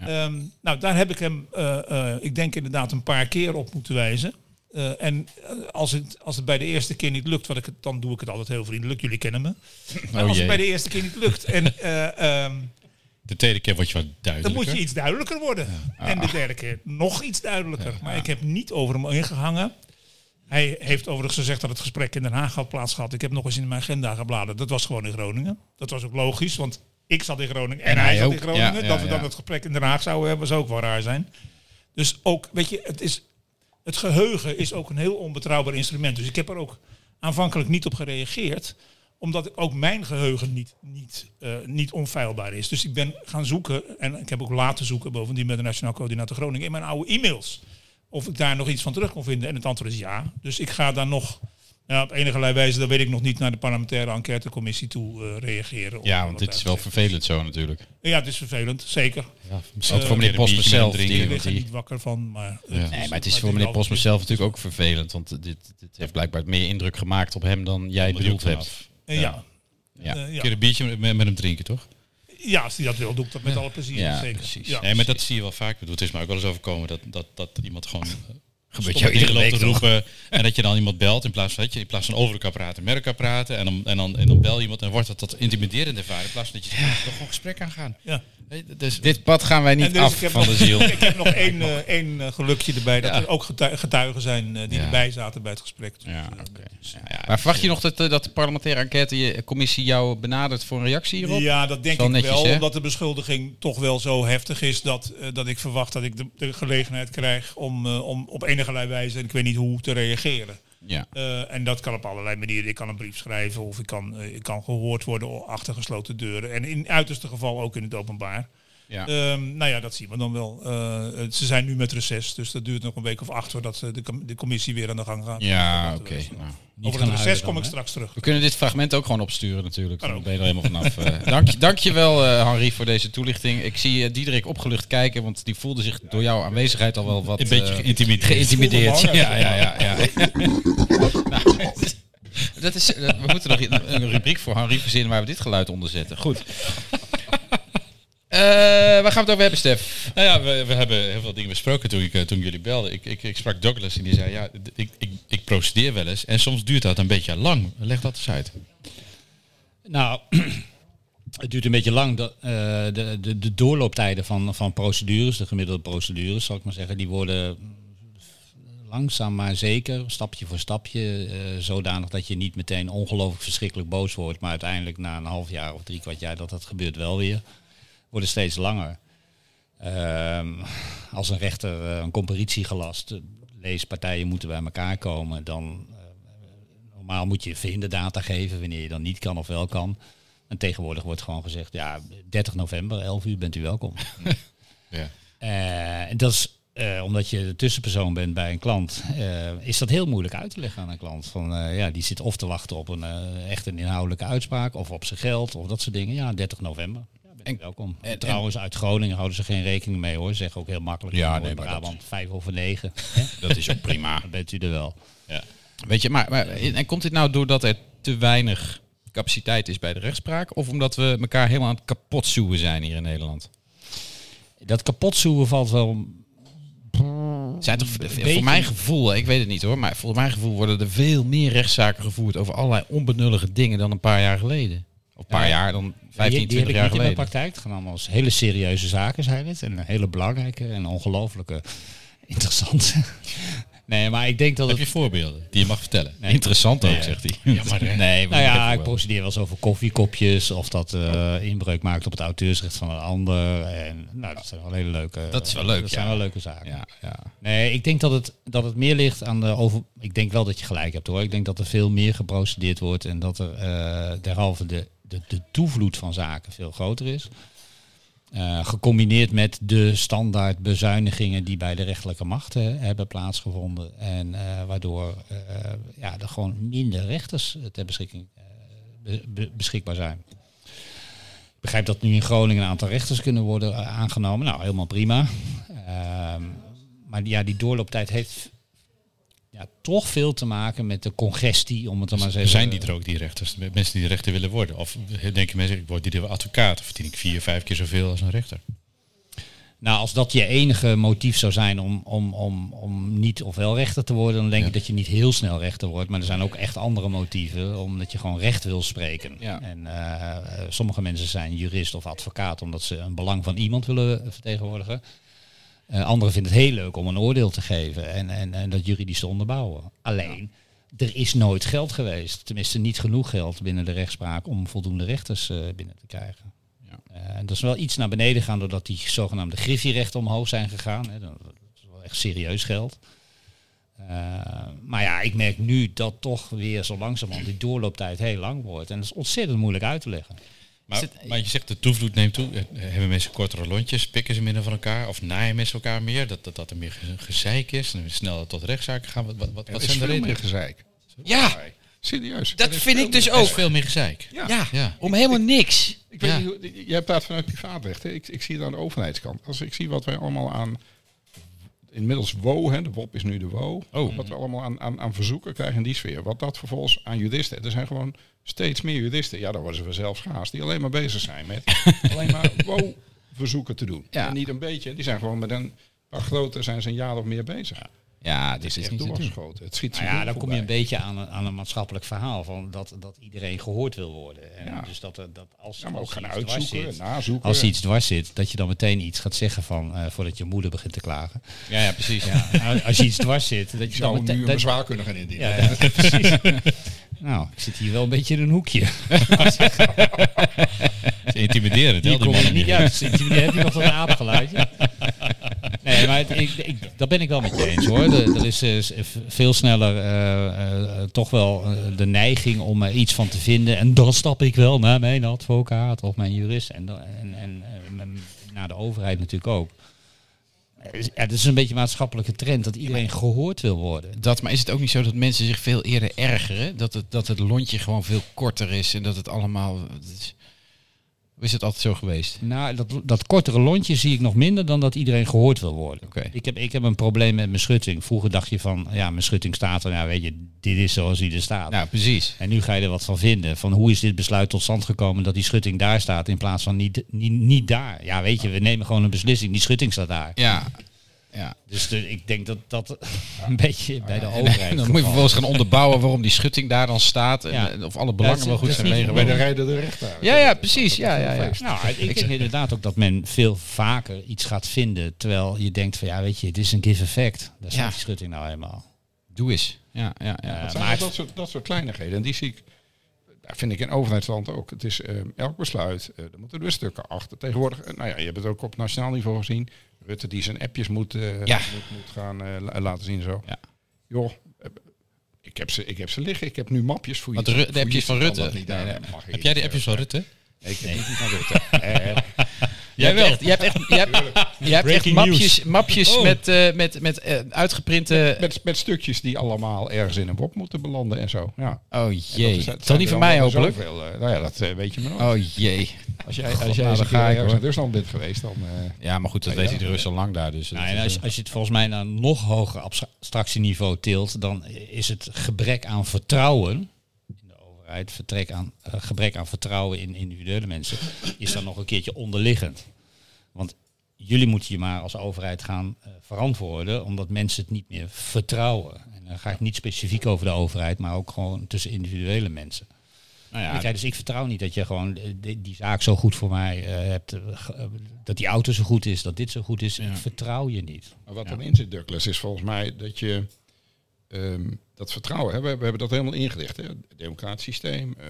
F: Ehm, nou, daar heb ik hem, eh, eh, ik denk inderdaad, een paar keer op moeten wijzen. Eh, en eh, als het, als het bij de eerste keer niet lukt, wat ik, het- dan doe ik het altijd heel vriendelijk. Jullie kennen me. Maar als
D: Oh jee.
F: het bij de eerste keer niet lukt, en, eh, ehm,
D: De tweede keer word je wat
F: dan
D: duidelijker.
F: moet je iets duidelijker worden. En de derde keer nog iets duidelijker. Maar ik heb niet over hem ingehangen. Hij heeft overigens gezegd dat het gesprek in Den Haag had plaatsgehad. Ik heb nog eens in mijn agenda gebladerd. Dat was gewoon in Groningen. Dat was ook logisch, want ik zat in Groningen en, hij
C: hij
F: zat
C: ook.
F: in Groningen.
C: Ja, ja,
F: dat we dan
C: ja.
F: het gesprek in Den Haag zouden hebben, zou ook wel raar zijn. Dus ook, weet je, het, is, het geheugen is ook een heel onbetrouwbaar instrument. Dus ik heb er ook aanvankelijk niet op gereageerd omdat ook mijn geheugen niet, niet, eh, niet onfeilbaar is. Dus ik ben gaan zoeken, en ik heb ook laten zoeken, bovendien met de Nationaal Coördinator Groningen, in mijn oude e-mails. Of ik daar nog iets van terug kon vinden. En het antwoord is ja. Dus ik ga daar nog, nou, op enige wijze, dat weet ik nog niet, naar de parlementaire enquêtecommissie toe eh, reageren. om-
C: Ja,
F: om
C: want dit
F: dat
C: is
F: daar
C: wel
F: te
C: vervelend zo natuurlijk.
F: zeggen. Ja, het is vervelend, zeker.
C: Ook voor meneer Postma zelf.
F: Ik
C: Die,
F: lig er
C: die-
F: niet wakker van, maar... eh,
C: nee, maar het is
F: ik
C: voor
F: denk
C: meneer
F: wel-
C: Postma zelf natuurlijk ook vervelend. Want dit, dit heeft blijkbaar meer indruk gemaakt op hem dan jij
D: hij ook
C: bedoeld hebt.
F: Eh, Ja.
C: Ja.
F: Eh,
D: Een
F: ja.
D: keer een biertje met- met, met hem drinken, toch?
F: ja, als hij dat wil, doe ik dat met alle plezier.
C: Ja,
F: zeker.
C: precies.
F: Ja.
D: nee, maar dat zie je wel vaak. Ik bedoel, het is mij ook wel eens overkomen dat, dat, dat iemand gewoon... eh, Gebeurt
C: jou iedere
D: loopt
C: week,
D: te roepen en dat je dan iemand belt in plaats van, weet je, in plaats van over elkaar praten, met elkaar praten en dan, en dan, en dan bel je iemand en wordt dat tot intimiderend ervaren in plaats van dat je toch gewoon een gesprek aangaan.
F: Ja.
D: Nee, dus,
C: Dit pad gaan wij
F: En
C: niet
F: dus
C: af
F: ik heb
C: van de
F: nog-
C: ziel.
F: Ik heb nog één, eh, één eh, gelukje erbij. Dat
C: Ja.
F: er ook getu- getuigen zijn eh, die
C: Ja.
F: erbij zaten bij het gesprek. Dus,
C: Ja,
F: eh,
C: oké.
F: dus-
C: Maar verwacht je nog dat, eh, dat de parlementaire enquêtecommissie jou benadert voor een reactie hierop?
F: Ja, dat denk
C: Is wel
F: ik
C: netjes,
F: wel.
C: hè?
F: Omdat de beschuldiging toch wel zo heftig is dat, eh, dat ik verwacht dat ik de, de gelegenheid krijg om, eh, om op enige wijze, en ik weet niet hoe, te reageren.
C: Ja.
F: Eh, en dat kan op allerlei manieren. Ik kan een brief schrijven of ik kan, eh, ik kan gehoord worden o- achter gesloten deuren. En in uiterste geval ook in het openbaar.
C: Ja.
F: Ehm, nou ja, dat zien we dan wel. Eh, het- ze zijn nu met reces, dus dat duurt nog een week of acht voordat eh, de, com- de commissie weer aan de gang gaat.
C: Ja, oké. nou.
F: Over
D: gaan
F: het reces
D: huilen
F: kom
D: dan,
F: ik
D: hè?
F: straks terug.
C: We kunnen dit fragment ook gewoon opsturen natuurlijk.
F: Kan
C: Dan
F: ook.
C: ben je er helemaal vanaf. eh. dank, dank je wel, eh, Henri, voor deze toelichting. Ik zie eh, Diederik opgelucht kijken, want die voelde zich door jouw aanwezigheid al wel wat...
G: Een beetje
C: eh,
G: geïntimideerd.
C: geïntimideerd.
F: Voelde me
C: Ja,
F: al,
C: ja, ja. ja. Nou, dat is, eh, we moeten nog een een rubriek voor Henri verzinnen waar we dit geluid onder zetten. Goed. Eh, waar gaan we het over hebben, Stef?
G: Nou ja, we, we hebben heel veel dingen besproken toen, ik, eh, toen jullie belden. Ik, ik, ik sprak Douglas en die zei, ja, d- ik, ik, ik procedeer wel eens. En soms duurt dat een beetje lang. Leg dat eens uit.
D: Nou, het duurt een beetje lang. dat, eh, de, de, de doorlooptijden van, van procedures, de gemiddelde procedures, zal ik maar zeggen, die worden langzaam maar zeker, stapje voor stapje, eh, zodanig dat je niet meteen ongelooflijk verschrikkelijk boos wordt, maar uiteindelijk na een half jaar of drie kwart jaar, dat dat gebeurt wel weer, worden steeds langer. Ehm, als een rechter eh, een comparitie gelast, eh, leespartijen moeten bij elkaar komen, dan Normaal moet je vinderdata geven wanneer je dan niet kan of wel kan. En tegenwoordig wordt gewoon gezegd, ja, 30 november, 11 uur bent u welkom.
G: Ja.
D: Eh, en dat is, eh, omdat je de tussenpersoon bent bij een klant, eh, is dat heel moeilijk uit te leggen aan een klant. Van, eh, ja, die zit of te wachten op een, eh, echt een inhoudelijke uitspraak, of op zijn geld, of dat soort dingen. Ja, 30 november. Ja, bent u
C: En-
D: welkom.
C: en-
D: Trouwens, uit Groningen houden ze geen rekening mee hoor. Zeg ook heel makkelijk. "Nou,
C: Ja,
D: Ja,
C: nee,
D: nee,
C: maar dat-
D: Brabant, 5 over 9.
C: Dat is ook prima.
D: Dan bent u er wel.
C: Weet je, maar, maar en komt dit nou doordat er te weinig capaciteit is bij de rechtspraak? Of omdat we elkaar helemaal aan het kapot zoeven zijn hier in Nederland?
D: Dat kapotzoeven valt wel
C: Zijn toch,
D: beetje-
C: voor mijn gevoel, ik weet het niet hoor, maar voor mijn gevoel worden er veel meer rechtszaken gevoerd over allerlei onbenullige dingen dan een paar jaar geleden. Of een paar jaar, dan 15,
D: die, die heb
C: 20
D: ik
C: jaar
D: niet in mijn
C: geleden.
D: praktijk gedaan. Als hele serieuze zaken zijn het. En hele belangrijke en ongelooflijke. Interessant. nee, maar ik denk dat
G: Heb
D: het...
G: je voorbeelden die je mag vertellen?
C: Interessant ook,
G: Nee,
C: zegt hij.
G: Ja, maar, eh,
C: nee,
D: Nou ja, ik
C: bijvoorbeeld.
D: procedeer wel eens over koffiekopjes. Of dat eh, inbreuk maakt op het auteursrecht van een ander. En, nou, dat zijn wel hele leuke...
C: Dat is wel leuk,
D: Dat zijn
C: ja.
D: wel leuke zaken.
C: ja, ja.
D: Nee, ik denk dat het, dat het meer ligt aan de over. Ik denk wel dat je gelijk hebt hoor. Ik denk dat er veel meer geprocedeerd wordt en dat er eh derhalve de, de, de toevloed van zaken veel groter is. Eh, gecombineerd met de standaard bezuinigingen die bij de rechterlijke macht eh, hebben plaatsgevonden. En eh, waardoor eh, ja, er gewoon minder rechters eh, ter beschikking eh, be- be- beschikbaar zijn. Ik begrijp dat nu in Groningen een aantal rechters kunnen worden eh, aangenomen. Nou, helemaal prima. Ehm, maar die- ja, die doorlooptijd heeft ja, toch veel te maken met de congestie, om het dan maar eens even...
G: Zijn die er ook, die rechters? Mensen die rechter willen worden? Of denken mensen, ik word die advocaat. Of verdien ik vier, vijf keer zoveel als een rechter?
D: Nou, als dat je enige motief zou zijn om, om, om, om niet of wel rechter te worden, dan denk ik dat je niet heel snel rechter wordt. Maar er zijn ook echt andere motieven, omdat je gewoon recht wil spreken.
C: Ja.
D: En eh, eh, sommige mensen zijn jurist of advocaat omdat ze een belang van iemand willen vertegenwoordigen. Eh, anderen vinden het heel leuk om een oordeel te geven en, en, en dat juridisch te onderbouwen. Alleen, er is nooit geld geweest. Tenminste, niet genoeg geld binnen de rechtspraak om voldoende rechters eh, binnen te krijgen. Eh, en dat is wel iets naar beneden gaan doordat die zogenaamde griffierechten omhoog zijn gegaan. Hè. Dat is wel echt serieus geld. Eh, maar ja, ik merk nu dat toch weer zo langzamerhand die doorlooptijd heel lang wordt. En dat is ontzettend moeilijk uit te leggen.
G: Maar, maar je zegt de toevloed neemt toe. Eh, Hebben mensen kortere lontjes? Pikken ze minder van elkaar? Of naaien mensen elkaar meer? Dat, dat, dat er meer ge- gezeik is? En sneller tot rechtszaken gaan? Wat, wat, wat,
E: Er
G: wat
E: is
G: zijn de
E: veel meer
G: redenen?
E: gezeik.
C: ja,
E: Serieus.
C: dat
E: Er is
C: vind
E: veel
C: ik dus
E: meer-
G: Er is
C: ook.
G: veel meer gezeik.
E: Ja.
C: Ja,
G: Ja.
C: om helemaal niks.
E: Ik weet
G: Ja.
E: niet hoe, jij praat vanuit privaatrecht. Hè? Ik, ik zie het aan de overheidskant. Als ik zie wat wij allemaal aan... Inmiddels WO, hè, de WOP is nu de WO.
D: Oh.
E: Wat we allemaal aan, aan, aan verzoeken krijgen in die sfeer. Wat dat vervolgens aan juristen. Er zijn gewoon steeds meer juristen. Ja, dan worden ze vanzelf gaas. Die alleen maar bezig zijn met alleen maar WO-verzoeken te doen.
C: Ja.
E: En niet een beetje. Die zijn gewoon met een paar grote zijn ze een jaar of meer bezig.
C: Ja, dit
D: dus
E: Het is
C: is
E: echt
C: niet te doen.
E: doorgeschoten. Het schiet
D: Nou
E: ze
D: ja,
E: heel
D: dan kom je een
E: voorbij.
D: beetje aan, een- aan een maatschappelijk verhaal van dat, dat iedereen gehoord wil worden. En
E: Ja.
D: Dus dat, er- dat als,
E: Ja, maar ook
D: als er
E: gaan
D: iets dwars
E: uitzoeken,
D: zit-
E: nazoeken.
D: als er iets dwars zit, dat je dan meteen iets gaat zeggen van eh, voordat je moeder begint te klagen.
C: Ja, ja, precies.
D: Nou, als je iets dwars zit, dat
E: Je
D: je dan
E: zou nu
D: meteen.
E: een
D: dat-
E: bezwaar kunnen gaan indienen.
D: ja, dat- precies. Nou, ik zit hier wel een beetje in een hoekje.
G: Ze intimideren.
D: Hier
G: Die
D: kom
G: mannen
D: ik niet
G: hier.
D: uit. Heb je nog dat aapgeluidje? Nee,
B: Nee, maar het- ik, ik, dat ben ik wel met je eens hoor. De- Er is eh, s- veel sneller eh, eh, eh, toch wel eh, de neiging om er iets van te vinden. En dan stap ik wel naar mijn advocaat of mijn jurist. En, dan- en, en eh, mijn- naar de overheid natuurlijk ook. Eh, is- ja, Het is een beetje een maatschappelijke trend dat iedereen gehoord wil worden.
C: Dat, maar is het ook niet zo dat mensen zich veel eerder ergeren? Dat het, dat het lontje gewoon veel korter is en dat het allemaal... het is- Of is het altijd zo geweest?
B: Nou, dat, dat kortere lontje zie ik nog minder dan dat iedereen gehoord wil worden.
C: Oké.
B: Ik, heb, ik heb een probleem met mijn schutting. Vroeger dacht je van, ja, mijn schutting staat er. Nou, weet je, dit is zoals die er staat.
C: Nou, precies.
B: En nu ga je er wat van vinden. Van hoe is dit besluit tot stand gekomen dat die schutting daar staat in plaats van niet, niet, niet daar. Ja, weet je, we nemen gewoon een beslissing. Die schutting staat daar.
C: Ja. ja.
B: Dus de- ik denk dat dat een beetje bij de
C: Dan
B: overheid.
C: moet je
B: geval-
C: vervolgens gaan onderbouwen waarom die schutting daar dan staat. En,
B: Ja.
C: en of alle
B: Ja,
C: belangen
B: het is-
C: wel goed
B: het is
C: zijn
B: niet-
E: Bij de
C: meegenomen.
E: rijden de rechter.
C: Ja, ja, precies. Ja, ja, ja.
B: Nou, ik denk inderdaad ook dat men veel vaker iets gaat vinden. Terwijl je denkt van ja, weet je, het is een give effect. Daar staat
C: Ja.
B: die schutting nou helemaal.
C: Doe eens. Ja, ja, ja.
B: Eh,
E: Zijn
B: maar
E: wel dat, soort, dat soort kleinigheden. En die zie ik, daar vind ik in overheidsland ook. Het is eh, elk besluit, eh er moeten ruststukken achter. Tegenwoordig, eh, nou ja, je hebt het ook op nationaal niveau gezien. Rutte die zijn appjes moet, eh,
C: Ja.
E: moet, moet gaan eh, la- laten zien en zo.
C: Ja.
E: Joh, eh, ik heb, ze, ik heb ze liggen. Ik heb nu mapjes voor
C: Want
E: je.
C: Ru- de
E: voor je
C: appjes van
E: kan
C: Rutte?
E: dat niet.
C: Nee,
E: Nou,
C: nee.
E: dat mag ik
D: Heb jij de
E: niet,
D: appjes
E: eh,
D: van Rutte?
E: Nee, ik heb niet die van Rutte. Eh,
D: Jij
C: Je hebt
D: wel.
C: echt, je hebt echt, je hebt, je hebt echt
D: Breaking
C: mapjes, mapjes
D: Oh.
C: met, eh, met, met eh, uitgeprinte...
E: met, met stukjes die allemaal ergens in een wop moeten belanden en zo. Ja.
C: Oh
E: Dat
C: jee.
E: is-
C: Toch niet
E: zijn
C: van
E: er
C: mij
E: allemaal
C: hopelijk.
E: zoveel, eh, nou ja, dat eh, weet je maar nooit.
C: Oh jee.
E: Als jij,
C: God,
E: als jij
C: nou,
E: eens
C: dan
E: een keer
C: ga ik,
E: ergens in
C: hoor.
E: Rusland bent geweest, dan... eh,
C: Ja, maar goed, dat weet iedereen Rus al lang daar. Dus
B: Nou, en als, als je het volgens mij naar een nog hoger abstractieniveau tilt, dan is het gebrek aan vertrouwen in de overheid, vertrek aan, eh, gebrek aan vertrouwen in individuele mensen, is dan nog een keertje onderliggend. Want jullie moeten je maar als overheid gaan eh, verantwoorden, omdat mensen het niet meer vertrouwen. En dan ga ik niet specifiek over de overheid, maar ook gewoon tussen individuele mensen. Ik zei, dus ik vertrouw niet dat je gewoon eh, die, die zaak zo goed voor mij eh, hebt. eh, ge- eh, dat die auto zo goed is, dat dit zo goed is. Ik vertrouw je niet.
E: Maar wat dan in zit, Douglas, is volgens mij dat je ehm, dat vertrouwen, hè, we, we hebben dat helemaal ingericht, hè, het democratisch systeem, eh,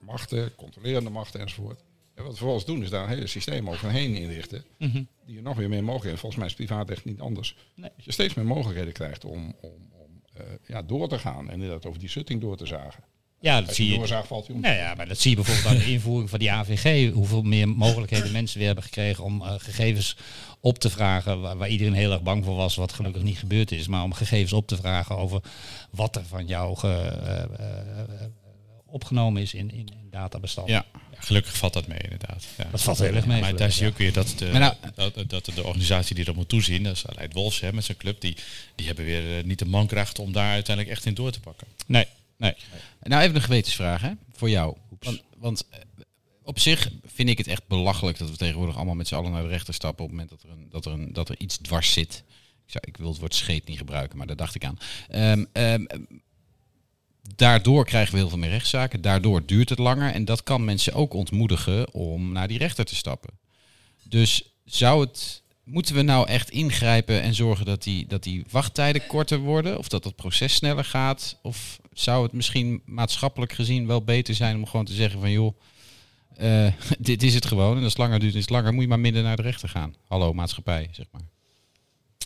E: machten, controlerende machten enzovoort. En wat we vervolgens doen is daar een hele systeem overheen inrichten,
C: Mhm.
E: die je nog weer meer mogelijkheden, volgens mij is het privaat echt niet anders,
B: Nee.
E: dat je steeds meer mogelijkheden krijgt om, om, om eh, ja, door te gaan en inderdaad over die zitting door te zagen.
B: Ja, dat
E: Als
B: zie
E: je
B: je.
E: doorzaagt valt je om.
B: Nou ja, maar dat zie je bijvoorbeeld aan de invoering van die AVG. Hoeveel meer mogelijkheden mensen weer hebben gekregen om eh, gegevens op te vragen. Waar, waar iedereen heel erg bang voor was, wat gelukkig niet gebeurd is. Maar om gegevens op te vragen over wat er van jou ge- eh, eh, eh, opgenomen is in, in, in databestanden.
D: Ja, gelukkig valt dat mee inderdaad. Ja.
B: Dat valt heel erg mee,
D: Maar daar
B: gelukkig,
D: zie je ook weer dat de,
C: Maar nou-
D: dat, dat de organisatie die dat moet toezien, dat is Leid Wolfs hè, met zijn club, die, die hebben weer eh, niet de mankracht om daar uiteindelijk echt in door te pakken.
B: Nee, nee.
C: Nou, even een gewetensvraag hè, voor jou. Want, want eh, op zich vind ik het echt belachelijk dat we tegenwoordig allemaal met z'n allen naar de rechter stappen op het moment dat er, een, dat er, een, dat er iets dwars zit. Ik, zou, ik wil het woord scheet niet gebruiken, maar daar dacht ik aan. Ehm, ehm, daardoor krijgen we heel veel meer rechtszaken, daardoor duurt het langer en dat kan mensen ook ontmoedigen om naar die rechter te stappen. Dus zou het, moeten we nou echt ingrijpen en zorgen dat die, dat die wachttijden korter worden? Of dat het proces sneller gaat? Of zou het misschien maatschappelijk gezien wel beter zijn om gewoon te zeggen van joh, eh, dit is het gewoon. En als het langer duurt, is het langer. Moet je maar minder naar de rechter gaan. Hallo maatschappij, zeg maar.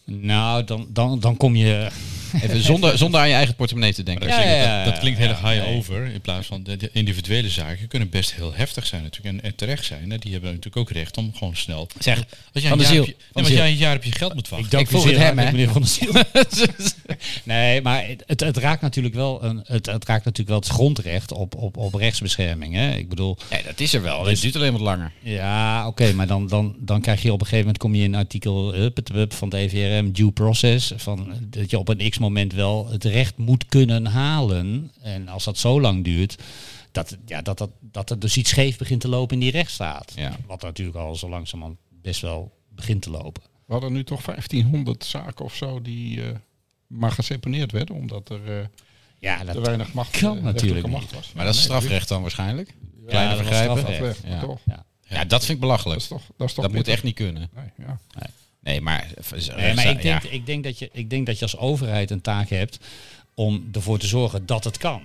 B: Nou, dan, dan, dan kom je
C: Even zonder, zonder aan je eigen portemonnee te denken.
D: Dat klinkt-
B: ja, ja,
D: dat, dat klinkt heel erg
B: ja,
D: high
B: nee.
D: over. In plaats van de, de individuele zaken kunnen best heel heftig zijn natuurlijk. En, en terecht zijn. Hè. Die hebben natuurlijk ook recht om gewoon snel.
C: Zeg,
D: als jij,
C: van
D: een
C: de
D: jaar,
C: ziel,
D: op je,
C: van
D: nee,
C: de
D: als
C: ziel.
D: jij een jaar op je geld moet wachten.
C: dank u volg het zeer hem, hartelijk, hè. meneer
B: nee, maar het- het, het raakt natuurlijk wel een, het, het raakt natuurlijk wel het grondrecht op, op, op rechtsbescherming. Hè? Ik bedoel,
C: Nee, dat is er wel. Het duurt alleen wat langer.
B: ja, oké, maar dan, dan, dan krijg je op een gegeven moment kom je in artikel hup, het hup, van de E EVRM, due process, van dat je op een x-moment wel het recht moet kunnen halen. En als dat zo lang duurt, dat, ja, dat, dat, dat er dus iets scheef begint te lopen in die rechtsstaat.
C: Ja.
B: Wat natuurlijk al zo langzamerhand best wel begint te lopen.
E: We hadden nu toch 1500 zaken of zo die eh, maar geseponeerd werden, omdat er eh,
B: Ja,
E: te
B: dat
E: weinig macht,
B: kan
E: eh,
B: natuurlijk
E: rechterlijke
B: niet.
E: macht was.
C: Maar dat is strafrecht dan waarschijnlijk. Kleine
B: dat was
C: vergrijpen.
B: strafrecht.
E: Weg, maar
C: Ja.
E: toch.
B: Ja.
C: Ja, dat vind ik
E: Dat
C: belachelijk.
E: is toch, dat is toch
C: Dat moet
E: pittig.
C: echt niet kunnen.
E: Nee, ja.
C: Nee, maar... eh,
B: Nee, maar ik denk, ik, denk dat je, ik denk dat je als overheid een taak hebt om ervoor te zorgen dat het kan.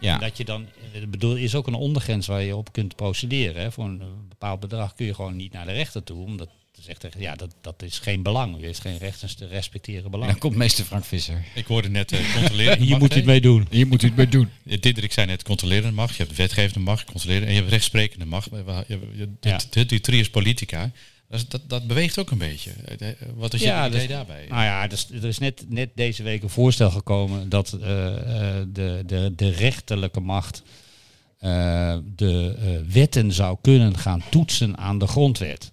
C: ja.
B: Dat je dan, ik bedoel, er is ook een ondergrens waar je op kunt procederen. Hè. Voor een eh, bepaald bedrag kun je gewoon niet naar de rechter toe, omdat is echt, echt- ja, dat, dat is geen belang. Je heeft geen rechtens te respecteren
C: En
B: belang.
C: dan komt meester Frank Visser.
D: Ik hoorde net eh, controleren.
B: Hier moet je het mee doen.
C: Hier moet u het mee doen.
D: Ja, Diederik zei net controlerende macht, je hebt wetgevende macht, controlerende en je hebt rechtsprekende macht. Maar we- je- je- dit-
B: Ja.
D: dit- Die trias politica, dat, is- dat, dat beweegt ook een beetje. Eh, eh, Wat is je idee
B: dus-
D: daarbij?
B: Nou ja, dus, er is net, net deze week een voorstel gekomen dat eh, eh, de, de, de rechterlijke macht eh, de eh, wetten zou kunnen gaan toetsen aan de grondwet.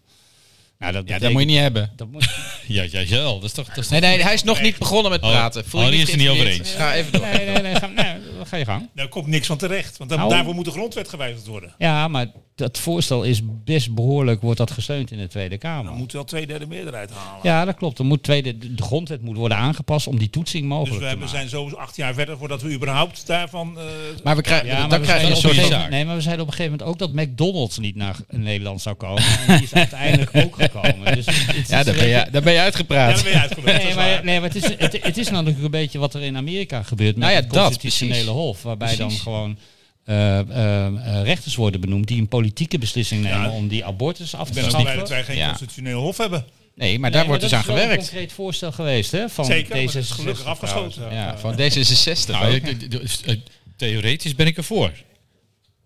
B: Nou, dat
C: Ja, dat
B: betekent-
C: moet je niet hebben.
B: dat moet-
D: Ja, ja, jawel, dat is toch... Dat is
C: Nee, nee, hij is nog niet begonnen met
D: Oh.
C: praten. Voel je
D: Oh, die
C: niet
D: is er niet over
C: geïnteresseerd? Ga even door.
B: nee, nee, nee, ga, nee, ga je gang.
F: Daar komt niks van terecht. Want dan-
B: Nou.
F: daarvoor moet de grondwet gewijzigd worden.
B: Ja, maar dat voorstel is best behoorlijk, wordt dat gesteund in de Tweede Kamer.
F: Dan moet wel twee derde meerderheid halen. Dus
B: Ja, dat klopt. Er moet tweede, de de grondwet moet worden aangepast om die toetsing
F: dus
B: mogelijk
F: we
B: te
F: hebben-
B: maken.
F: zijn zo acht jaar verder voordat we überhaupt daarvan... eh,
C: Maar we krijgen,
B: Ja, maar
C: dan
B: we
C: krijg je
B: zeiden
C: een
B: op
D: zo'n
C: soort
B: een gegeven
D: zaak.
B: moment- Nee, maar we zeiden op een gegeven moment ook dat McDonald's niet naar Nederland zou komen. En die is uiteindelijk ook gekomen. Dus het is
C: Ja, daar
B: een
C: ben je,
B: beetje-
C: daar ben je
F: ja,
C: uitgepraat.
F: dan ben je uitgewerkt, dat
B: Nee,
F: is
B: maar,
F: waar.
B: nee, maar het, is, het, het is natuurlijk een beetje wat er in Amerika gebeurt met
C: Nou ja,
B: het
C: dat,
B: constitutionele
C: precies.
B: hof. Waarbij dan
C: Precies.
B: gewoon eh, eh, eh, rechters worden benoemd die een politieke beslissing nemen om die abortus af
F: Ik
B: te
F: ben ook blij dat
B: schaffen.
F: wij geen
C: Ja.
F: constitutioneel hof hebben.
C: Nee, maar daar wordt dus aan
B: Dat is wel een
C: gewerkt.
B: concreet voorstel geweest hè, van
F: Zeker, maar dat is
B: D66
F: gelukkig afgeschoten.
B: trouwens.
C: Ja, van D66.
D: Nou,
C: ook.
D: ik- ik- ik- eh, theoretisch ben ik ervoor.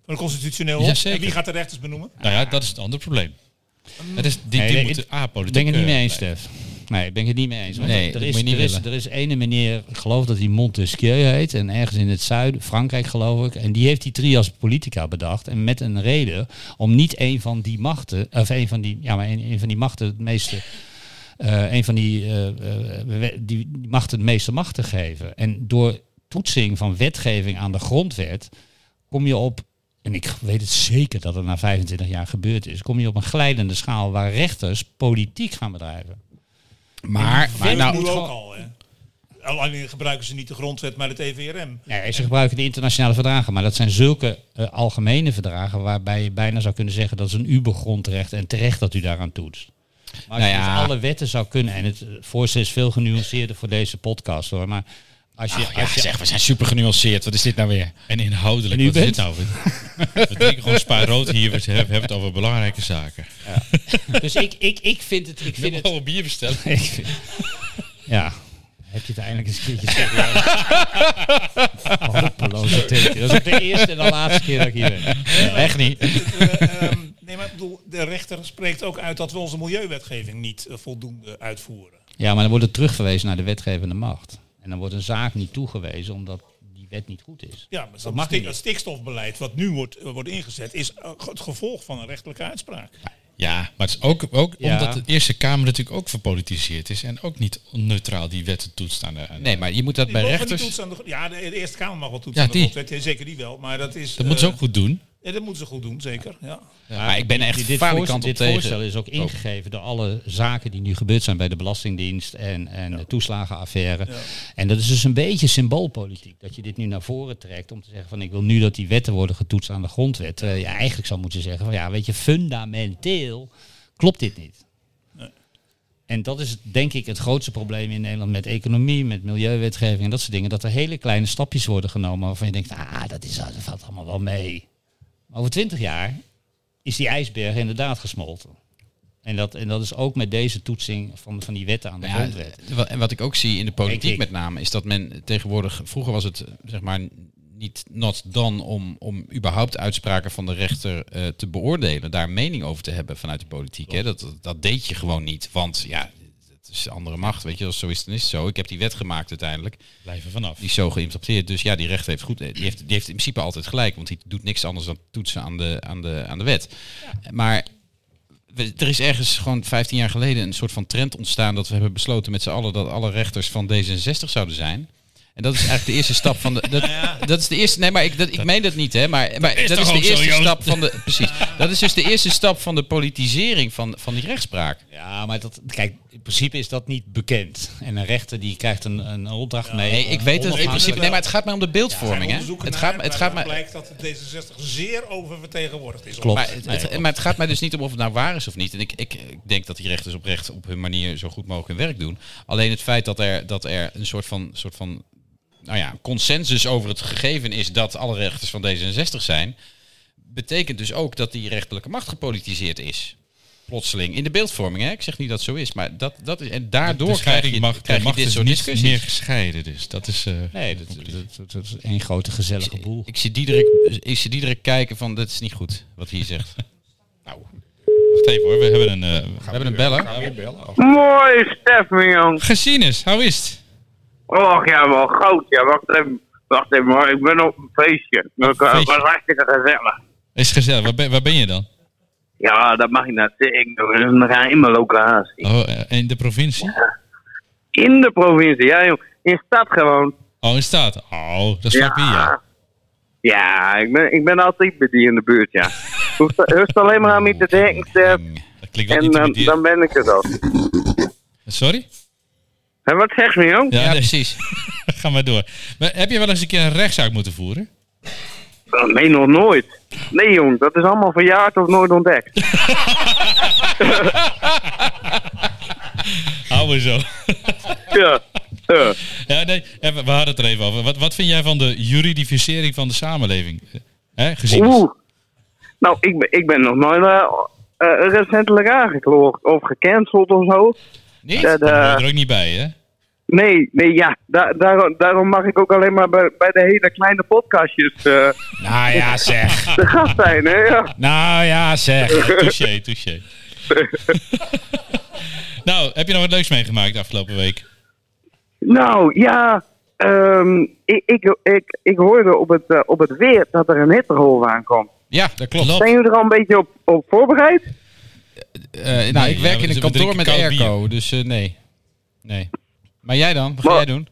F: Van een constitutioneel hof.
D: Jazeker.
F: en wie gaat de rechters benoemen?
D: Nou ja, dat is het andere probleem. Het is, die
B: Nee,
D: die
B: nee,
D: moeten
B: ik-
D: apolitiek...
B: Ik ben het niet
D: eh,
B: mee eens,
D: blijven.
B: Stef. Nee, ik ben het niet mee eens. Want
C: Nee,
B: er,
C: dat
B: is,
C: moet je niet
B: er, is,
C: willen.
B: er is ene meneer, ik geloof dat hij Montesquieu heet, en ergens in het zuiden, Frankrijk geloof ik, en die heeft die trias politica bedacht, en met een reden om niet een van die machten, of een van die, ja, maar een, een van die machten het meeste, eh, een van die, eh, eh, we- die machten het meeste macht te geven. En door toetsing van wetgeving aan de grondwet kom je op, en ik weet het zeker dat het na 25 jaar gebeurd is, kom je op een glijdende schaal waar rechters politiek gaan bedrijven.
C: Maar, maar
F: Maar
C: nou,
F: nu ook al, hè. Alleen gebruiken ze niet de grondwet, maar het EVRM.
B: Nee, ze gebruiken de internationale verdragen, maar dat zijn zulke eh, algemene verdragen waarbij je bijna zou kunnen zeggen dat is een ubergrondrecht en terecht dat u daaraan toetst. Maar als
C: Nou
B: je
C: ja.
B: dus alle wetten zou kunnen, en het eh, voorstel is veel genuanceerder voor deze podcast hoor, maar als je,
C: Ach, ja,
B: als je
C: zeg, we zijn super genuanceerd. Wat is dit nou weer?
D: En inhoudelijk,
B: En u
D: wat is dit
B: bent?
D: nou? We drinken gewoon spaar rood hier, we hebben het over belangrijke zaken.
B: dus ik, ik, ik vind het, ik
D: Ik
B: vind
D: wil
B: het,
D: wel bier bestellen.
B: ik vind- ja, heb je het eindelijk eens een keertje gezegd? Hopeloze teken. Dat is ook de eerste en de laatste keer dat ik hier ben.
C: Echt niet.
F: Eh, ehm, nee, maar ik bedoel, de rechter spreekt ook uit dat we onze milieuwetgeving niet eh, voldoende uitvoeren.
B: Ja, maar dan wordt het terugverwezen naar de wetgevende macht. En dan wordt een zaak niet toegewezen omdat die wet niet goed is.
F: Ja, maar dat
B: mag
F: stik-
B: niet.
F: het stikstofbeleid wat nu wordt, eh, wordt ingezet, is eh, het gevolg van een rechtelijke uitspraak.
D: Ja, maar het is ook, ook
B: Ja.
D: omdat de Eerste Kamer natuurlijk ook verpolitiseerd is en ook niet neutraal die wetten toetst aan de... aan-
C: Nee, maar je moet dat
F: Die
C: bij
F: mogen niet
C: rechters...
F: toetsen aan de gro- ja, de, de Eerste Kamer mag wel toetsen
D: Ja,
F: aan de
D: die.
F: grondwet. eh, Zeker die wel, maar dat is... eh,
D: Dat moeten ze ook goed doen.
F: dat moeten ze goed doen, zeker. Ja.
C: Maar ik ben echt
B: dit, dit
C: falikant
B: voorstel,
C: op
B: dit
C: tegen.
B: voorstel is ook ingegeven door alle zaken die nu gebeurd zijn bij de Belastingdienst en, en de toeslagenaffaire. En dat is dus een beetje symboolpolitiek. Dat je dit nu naar voren trekt om te zeggen van ik wil nu dat die wetten worden getoetst aan de grondwet. Terwijl je eigenlijk zou moeten zeggen van ja weet je fundamenteel klopt dit niet. En dat is denk ik het grootste probleem in Nederland met economie, met milieuwetgeving en dat soort dingen. Dat er hele kleine stapjes worden genomen waarvan je denkt, ah, dat, is, dat valt allemaal wel mee. Maar over twintig jaar is die ijsberg inderdaad gesmolten. En dat, en dat is ook met deze toetsing van, van die wetten aan de
C: Ja,
B: grondwet.
C: wa- en wat ik ook zie in de
B: Denk
C: politiek
B: ik.
C: met name, is dat men tegenwoordig, vroeger was het eh, zeg maar niet not dan om, om überhaupt uitspraken van de rechter eh, te beoordelen, daar een mening over te hebben vanuit de politiek. Hè? Dat, dat- dat deed je gewoon niet, want ja, het is andere macht, weet je, als zo is dan is het zo. Ik heb die wet gemaakt uiteindelijk,
D: Blijven vanaf.
C: die is zo geïmplanteerd, dus ja, die rechter heeft goed, eh, die heeft, die heeft in principe altijd gelijk, want die doet niks anders dan toetsen aan de, aan de, aan de wet. Maar we- er is ergens gewoon 15 jaar geleden een soort van trend ontstaan dat we hebben besloten met z'n allen dat alle rechters van D66 zouden zijn. En dat is eigenlijk de eerste stap van de. Dat, dat is de eerste. Nee, maar ik, dat, ik meen dat niet, hè? Maar, maar dat,
D: is
C: is
D: toch
C: de
D: ook zo,
C: eerste
D: Joost?
C: stap van de. Precies. Dat is dus de eerste stap van de politisering van, van die rechtspraak.
B: Ja, maar dat, kijk, in principe is dat niet bekend. En een rechter die krijgt een, een opdracht mee.
C: Nee,
B: om-
C: ik weet het in
B: onafhankelijk-
C: principe. Nee, maar het gaat mij om de
F: Er zijn
C: beeldvorming, hè?
F: onderzoeken
C: Het
F: naar,
C: gaat, het gaat
F: waaruit
C: mij.
F: blijkt dat D66 zeer oververtegenwoordigd is.
B: Klopt.
C: Maar het,
B: Nee,
C: het-
B: klopt.
C: maar het gaat mij dus niet om of het nou waar is of niet. En ik, ik, ik denk dat die rechters oprecht op hun manier zo goed mogelijk hun werk doen. Alleen het feit dat er, dat er een soort van, soort van nou ja, consensus over het gegeven is dat alle rechters van D66 zijn, betekent dus ook dat die rechterlijke macht gepolitiseerd is. plotseling. In de beeldvorming, hè? Ik zeg niet dat het zo is, maar dat, dat is. En daardoor krijg
D: de scheiding
C: je,
D: mag,
C: krijg je
D: mag
C: dit
D: dus
C: soort
D: niet
C: discussies.
D: meer gescheiden. Dus dat is. eh,
B: Nee, dat, dat, dat- dat is één grote gezellige boel.
C: Ik zie, Diederik, ik zie Diederik kijken van, dat is niet goed, wat hij hier zegt.
E: Nou,
D: Wacht even hoor, we hebben een. eh
C: We hebben een beller.
E: Gaan we weer bellen? Of-
H: Mooi, Stefan, jong.
D: gezien is, hoe is het?
H: Och ja, wel groot. Ja, wacht even. Wacht even hoor, ik ben op een feestje. Het was
D: feestje?
H: hartstikke gezellig.
D: Is gezellig. Waar ben, waar ben je dan?
H: Ja, dat mag ik niet zeggen. We gaan in mijn locatie.
D: Oh, eh, in de provincie?
H: In de provincie, ja jong. In stad gewoon.
D: Oh, in staat. Oh, dat is vlakbij, ja.
H: Ja, ik ben, ik ben altijd bij die in de buurt, ja. Hoeft hoeft alleen maar aan mij te denken, Stef.
D: Mm, Dat klinkt wel
H: eh, En eh, dan,
D: intimiderend.
H: dan ben ik er dan.
D: Sorry?
H: En wat zeg je, jong?
D: Ja,
C: Ja,
D: nee.
C: precies.
D: Ga maar door. Maar heb je wel eens een keer een rechtszaak moeten voeren?
H: Oh, Nee, nog nooit. Nee, jong, dat is allemaal verjaard of nooit ontdekt.
D: Hou zo.
H: Ja. ja.
D: Ja, nee, eh, we we hadden het er even over. Wat, wat vind jij van de juridificering van de samenleving? Eh, Hè, gezien is-
H: Oeh. Nou, ik ben, ik ben nog nooit eh, eh, recentelijk aangekloogd of gecanceld of zo.
C: Niet?
H: Dat, eh,
D: daar ben je er ook niet bij, hè?
H: nee, nee, ja. da- daarom, daarom mag ik ook alleen maar bij, bij de hele kleine podcastjes eh
B: Nou ja, zeg.
H: de gast zijn, hè? Ja.
B: Nou ja, zeg.
D: Touché, touché. nou, heb je nog wat leuks meegemaakt de afgelopen week?
H: Nou, ja. ehm, ik, ik, ik, ik hoorde op het, eh, op het weer dat er een hittegolf aankomt.
C: Ja, dat klopt.
H: Zijn jullie er al een beetje op, op voorbereid?
C: Eh, nou, ik
D: ja,
C: werk
D: we-
C: in
D: we
C: een kantoor
D: drinken
C: met
D: koud
C: airco, dus eh, nee. Nee. Maar jij dan? Wat ga
H: Maar-
C: jij doen?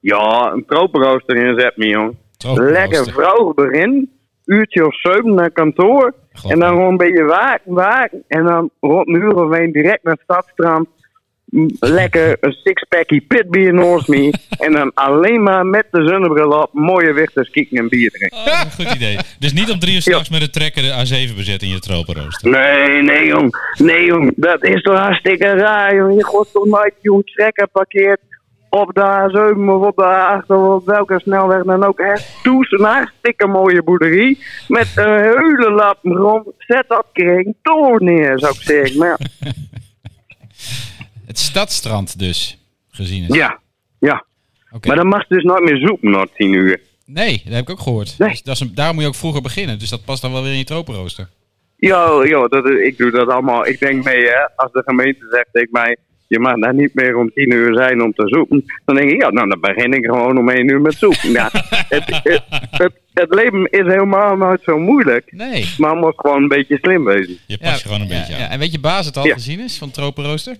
H: Ja, een tropenrooster inzet me, jong. Lekker vroeg begin. Uurtje of zeven naar kantoor. en dan gewoon een beetje waken, waken. En dan rond een uur of één direct naar het stadstrand. M, Lekker een sixpackie pitbier naast me. en dan alleen maar met de zonnebril op mooie wichters kieken en bier drinken.
D: Oh, een goed idee. Dus niet om drie uur s'nachts met een trekker de A7 bezet in je tropenrooster.
H: Nee, nee jong. Nee jong, dat is toch hartstikke raar jong. Je god toch nooit je trekker parkeert op de A7 of op de A8 of op welke snelweg dan ook. Hè. Toes, een hartstikke mooie boerderie met een hele lap rond. Zet dat kring door neer, zou ik zeggen. Maar ja,
C: Het stadstrand dus, gezien is.
H: ja, ja.
C: Oké.
H: Maar dan mag je dus nooit meer zoeken na tien uur.
C: Nee, dat heb ik ook gehoord.
H: Nee.
C: Dus dat is een, daarom moet je ook vroeger beginnen, dus dat past dan wel weer in je tropenrooster.
H: Yo, yo, dat, is- ik doe dat allemaal. Ik denk mee, hè. Als de gemeente zegt tegen mij, je mag daar niet meer om tien uur zijn om te zoeken. Dan denk ik, ja, nou, dan begin ik gewoon om één uur met zoeken. Ja, het, het, het, het leven is helemaal nooit zo moeilijk.
C: Nee.
H: Maar moet gewoon een beetje slim wezen.
D: Je past je gewoon een
C: ja,
D: beetje aan.
C: ja. En weet je baas het al
H: Ja.
C: gezien is van tropenrooster?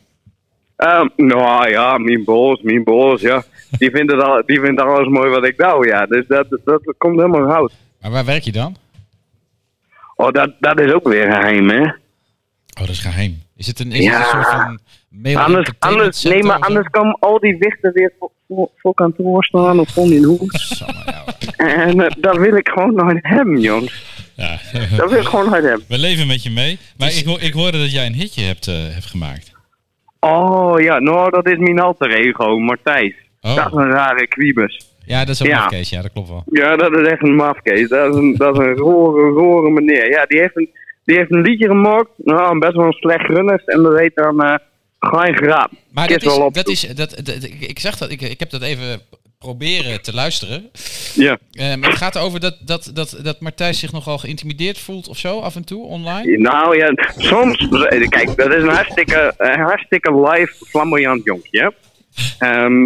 H: Ehm, nou ja, mijn boos, mijn boos, ja. Die vindt, het al, die vindt alles mooi wat ik doe, ja. Dus dat, dat komt helemaal goud.
C: Maar waar werk je dan?
H: Oh, dat, dat is ook weer geheim, hè.
D: Oh, dat is geheim.
C: Is het een, is het
H: Ja.
C: een soort van mail
H: Anders,
C: entertainment
H: anders, nee,
C: center
H: maar
C: of zo?
H: anders komen al die wichten weer voor, voor, voor kantoor staan of om in hoek. En eh, dat wil ik gewoon nooit hebben, jongens.
D: Ja.
H: Dat wil ik gewoon nooit hebben.
D: We leven met je mee. Maar ik, ho- ik hoorde dat jij een hitje hebt, eh, hebt gemaakt.
H: Oh ja, nou, dat is mijn alter ego, Martijs.
D: Oh.
H: Dat is een rare kwiebus.
C: Ja, dat is ook
H: Ja.
C: een case, ja, dat klopt wel.
H: Ja, dat is echt een mafkees. Dat is een, dat is een roere, roere meneer. Ja, die heeft een, die heeft een liedje gemaakt. Nou, een best wel een slecht runners. En dat heet dan eh Geen Graap.
C: Maar
H: Kist
C: dat is,
H: wel op.
C: dat is, dat, dat- dat- ik ik zag dat, ik, ik heb dat even proberen te luisteren.
H: Ja.
C: Eh, maar het gaat erover dat, dat, dat, dat Martijn zich nogal geïntimideerd voelt of zo, af en toe, online.
H: Nou ja, soms. Kijk, dat is een hartstikke, een hartstikke live, flamboyant jonkje. hè. Ehm,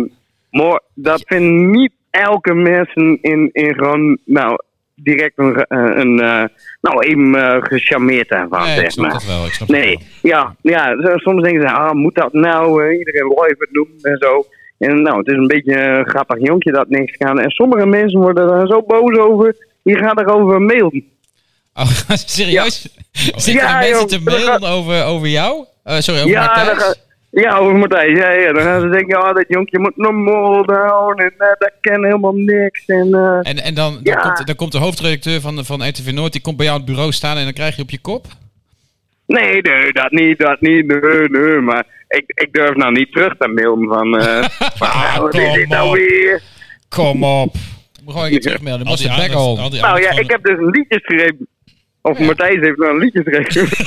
H: maar dat vindt niet elke mensen in, in gewoon, nou, direct een, eh, een eh, nou, even eh, gecharmeerd daarvan,
C: Nee, ik
H: zeg
C: snap
H: maar.
C: dat wel. Ik snap
H: Nee,
C: dat wel.
H: ja, ja, zo- soms denken ze, ah, moet dat nou, eh, iedereen live het noemen en zo. En nou, het is een beetje een grappig jonkje dat niks kan. En sommige mensen worden daar zo boos over, die gaan erover mailen.
C: Oh, serieus? Zitten
H: Ja,
C: er mensen
H: joh,
C: te
H: dat
C: mailen
H: gaat-
C: over, over jou? Eh, sorry, over
H: ja,
C: Martijn?
H: dan ga- ja, over Matthijs. Ja, ja, dan gaan ze denken, oh, dat jonkje moet normaal houden en eh, dat ken helemaal niks. En, eh,
C: En, en dan, dan,
H: Ja.
C: komt, dan komt de hoofdredacteur van, van RTV Noord, die komt bij jou aan het bureau staan en dan krijg je op je kop.
H: nee, nee, dat niet, dat niet, nee, nee. Maar ik, ik durf nou niet terug te mailen van, eh, van, ah, wat is
D: kom
H: dit nou
D: op.
H: weer?
C: Kom op. Moet gewoon een keer terugmelden.
D: Al
C: Must
D: die
C: back
D: aandacht-
C: home.
D: al die
H: Nou
D: aandacht
H: ja,
D: gewoon-
H: ik heb dus een liedje geschreven. Of Matthijs heeft nou een liedje geschreven.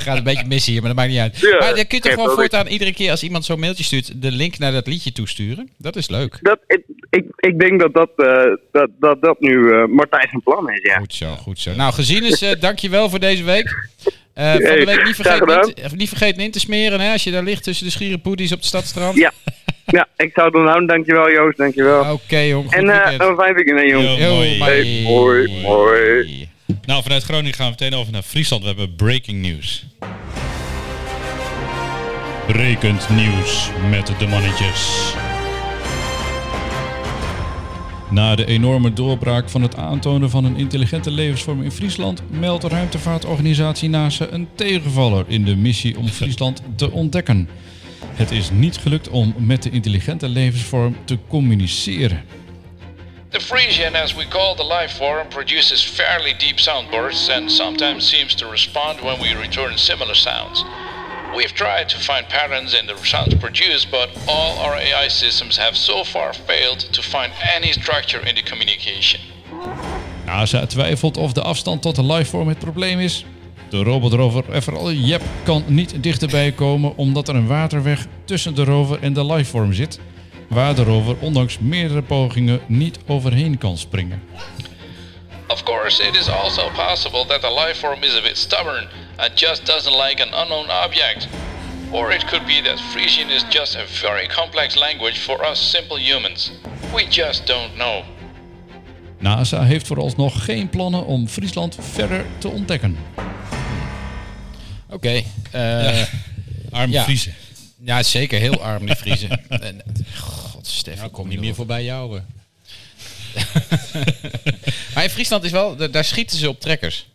C: gaat een beetje mis hier, maar dat maakt niet uit.
H: Ja,
C: maar dan kun je toch
H: ja,
C: gewoon
H: dat
C: voortaan iedere keer als iemand zo'n mailtje stuurt, de link naar dat liedje toesturen? Dat is leuk.
H: dat, ik, ik, ik denk dat dat, eh, dat, dat, dat nu eh, Martijn zijn plan is, ja.
C: Goed zo, goed zo. Nou, gezien is, eh dankjewel voor deze week. Eh van de week
H: Hey,
C: niet
H: graag
C: vergeten,
H: gedaan.
C: in, te- eh, niet vergeten in te smeren hè, als je daar ligt tussen de schiere poedies op het stadstrand.
H: Ja, ja ik zou het doen houden. Dankjewel Joost, dankjewel.
C: Oké, jong. Goed
H: en eh
C: weekend.
H: een fijn weekend, hè, jongens.
D: Yo, mooi.
H: Hey, hoi, hoi.
D: Nou, vanuit Groningen gaan we meteen over naar Friesland. We hebben breaking news. Rekend nieuws met de mannetjes.
C: Na de enorme doorbraak van het aantonen van een intelligente levensvorm in Friesland meldt de ruimtevaartorganisatie NASA een tegenvaller in de missie om Friesland te ontdekken. Het is niet gelukt om met de intelligente levensvorm te communiceren.
I: The Frisian, as we call the life form, produces fairly deep sound bursts and sometimes seems to respond when we return similar sounds. We've tried to find patterns in the sounds produced, but all our AI systems have so far failed to find any structure in the communication.
C: NASA twijfelt of de afstand tot de lifeform het probleem is. De robotrover FRL Jep kan niet dichterbij komen omdat er een waterweg tussen de rover en de lifeform zit, waar de rover ondanks meerdere pogingen niet overheen kan springen.
I: Of course, it is also possible that the life form is a bit stubborn and just doesn't like an unknown object. Or it could be that Frisian is just a very complex language for us simple humans. We just don't know.
C: NASA heeft vooralsnog geen plannen om Friesland verder te ontdekken. Oké, ja.
D: Arm
C: Ja.
D: Friese.
C: zeker heel arm die Friese. God, Stef, ik kom niet meer
B: voorbij jou. hè.
C: Maar in Friesland is wel, da- daar schieten ze op trekkers.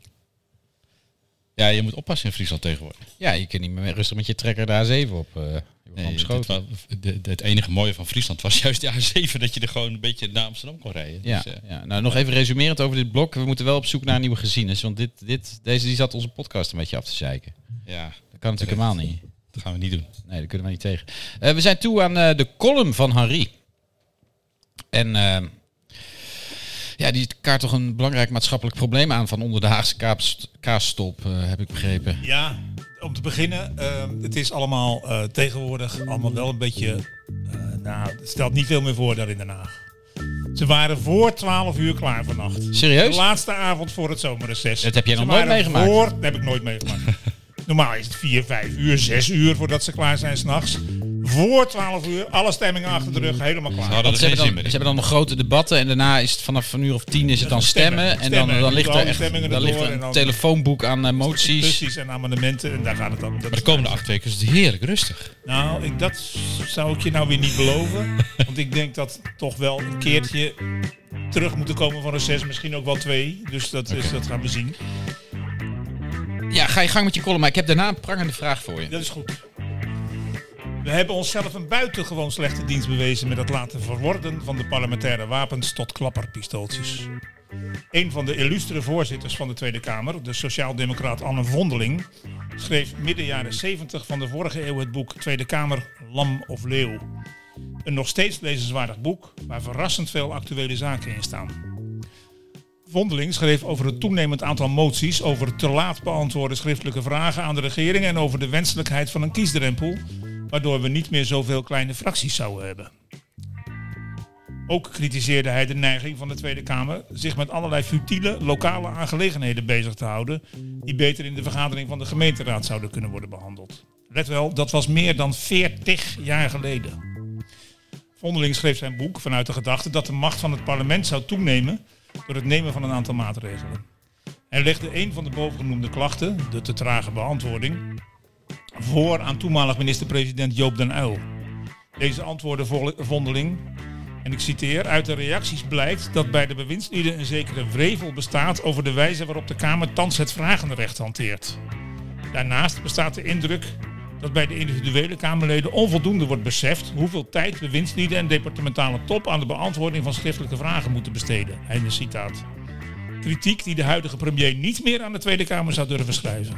D: Ja, je moet oppassen in Friesland tegenwoordig.
C: Ja, je kunt niet meer rustig met je trekker daar zeven op. eh je wordt
D: Nee,
C: gewoon
D: dit
C: beschoten.
D: wa- de- de- het enige mooie van Friesland was juist de A7 dat je er gewoon een beetje naar Amsterdam kon rijden.
C: Ja,
D: Dus, eh,
C: ja, nou nog even resumerend over dit blok. We moeten wel op zoek naar nieuwe gezienis. Want dit, dit, deze die zat onze podcast een beetje af te zeiken.
D: ja,
C: Dat kan natuurlijk helemaal niet.
D: dat gaan we niet doen.
C: Nee, dat kunnen we niet tegen. Eh, we zijn toe aan eh, de column van Henri. En eh, ja, die kaart toch een belangrijk maatschappelijk probleem aan van onder de Haagse kaapst- kaasstop, eh, heb ik begrepen.
F: Ja, om te beginnen, eh, het is allemaal eh, tegenwoordig allemaal wel een beetje... eh, nou, het stelt niet veel meer voor daar in Den Haag. Ze waren voor 12 uur klaar vannacht. De
C: Serieus?
F: laatste avond voor het zomerreces.
C: Dat heb jij
F: Ze
C: nog nooit
F: waren
C: meegemaakt?
F: Voor, dat heb ik nooit meegemaakt. Normaal is het 4, 5 uur, 6 uur voordat ze klaar zijn s'nachts. Voor 12 uur, alle stemmingen achter de rug, helemaal klaar.
D: hadden
C: Want ze
D: er geen
C: hebben, dan,
D: zin meer
C: ze
D: in.
C: hebben dan nog grote debatten en daarna is het vanaf een uur of tien is het dan
F: Stemmen,
C: stemmen. En dan,
F: stemmen.
C: dan ligt
F: Alle
C: er echt
F: stemmingen
C: dan ligt
F: erdoor
C: er
F: en
C: een
F: dan-
C: telefoonboek aan eh, moties.
F: Discussies en amendementen en daar gaat het dan. Dat
D: Maar de komende acht weken is het heerlijk rustig.
F: Nou, ik, dat zou ik je nou weer niet beloven. Want ik denk dat toch wel een keertje terug moeten komen van reces. Misschien ook wel twee. Dus dat, is, dat gaan we zien.
C: Ja, ga je gang met je column, maar ik heb daarna een prangende vraag voor je.
F: Dat is goed. We hebben onszelf een buitengewoon slechte dienst bewezen met het laten verworden van de parlementaire wapens tot klapperpistooltjes. Een van de illustere voorzitters van de Tweede Kamer, de sociaaldemocraat Anne Vondeling, schreef midden jaren 70 van de vorige eeuw het boek Tweede Kamer Lam of Leeuw. Een nog steeds lezenswaardig boek waar verrassend veel actuele zaken in staan. Vondeling schreef over het toenemend aantal moties over te laat beantwoorde schriftelijke vragen aan de regering en over de wenselijkheid van een kiesdrempel, waardoor we niet meer zoveel kleine fracties zouden hebben. Ook kritiseerde hij de neiging van de Tweede Kamer zich met allerlei futiele lokale aangelegenheden bezig te houden, die beter in de vergadering van de gemeenteraad zouden kunnen worden behandeld. Let wel, dat was meer dan 40 jaar geleden. Vondeling schreef zijn boek vanuit de gedachte dat de macht van het parlement zou toenemen door het nemen van een aantal maatregelen. Hij legde een van de bovengenoemde klachten, de te trage beantwoording, voor aan toenmalig minister-president Joop den Uyl. Deze antwoorden vol- Vondeling, en ik citeer, uit de reacties blijkt dat bij de bewindslieden een zekere wrevel bestaat over de wijze waarop de Kamer thans het vragenrecht hanteert. Daarnaast bestaat de indruk dat bij de individuele Kamerleden onvoldoende wordt beseft hoeveel tijd bewindslieden en departementale top aan de beantwoording van schriftelijke vragen moeten besteden. Einde citaat. Kritiek die de huidige premier niet meer aan de Tweede Kamer zou durven schrijven.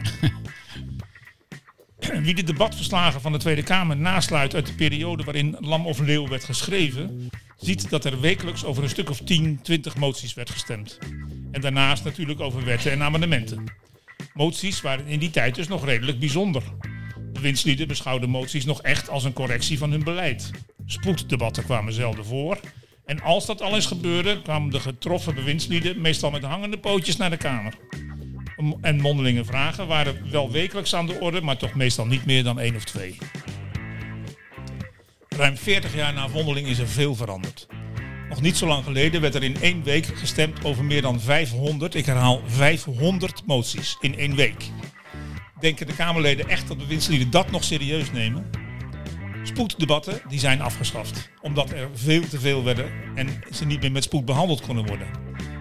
F: Wie de debatverslagen van de Tweede Kamer nasluit uit de periode waarin Lam of Leeuw werd geschreven, ziet dat er wekelijks over een stuk of 10, 20 moties werd gestemd. En daarnaast natuurlijk over wetten en amendementen. Moties waren in die tijd dus nog redelijk bijzonder. De winstlieden beschouwden moties nog echt als een correctie van hun beleid. Spoeddebatten kwamen zelden voor. En als dat al eens gebeurde, kwamen de getroffen bewindslieden meestal met hangende pootjes naar de Kamer. En mondelinge vragen waren wel wekelijks aan de orde, maar toch meestal niet meer dan één of twee. Ruim 40 jaar na Vondeling is er veel veranderd. Nog niet zo lang geleden werd er in één week gestemd over meer dan 500, ik herhaal 500 moties in één week. Denken de Kamerleden echt dat bewindslieden dat nog serieus nemen? Spoeddebatten die zijn afgeschaft, omdat er veel te veel werden en ze niet meer met spoed behandeld konden worden.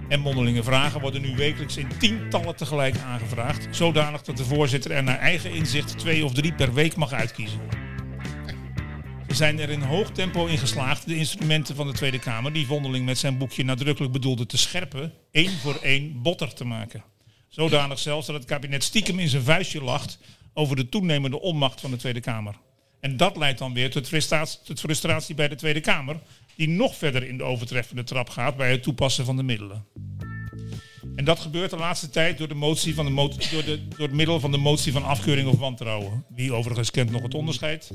F: En mondelinge vragen worden nu wekelijks in tientallen tegelijk aangevraagd, zodanig dat de voorzitter er naar eigen inzicht twee of drie per week mag uitkiezen. We zijn er in hoog tempo in geslaagd de instrumenten van de Tweede Kamer, die Vondeling met zijn boekje nadrukkelijk bedoelde te scherpen, één voor één botter te maken. Zodanig zelfs dat het kabinet stiekem in zijn vuistje lacht over de toenemende onmacht van de Tweede Kamer. En dat leidt dan weer tot frustratie, tot frustratie bij de Tweede Kamer, die nog verder in de overtreffende trap gaat bij het toepassen van de middelen. En dat gebeurt de laatste tijd door, de motie van de mo- door, de, door het middel van de motie van afkeuring of wantrouwen. Wie overigens kent nog het onderscheid.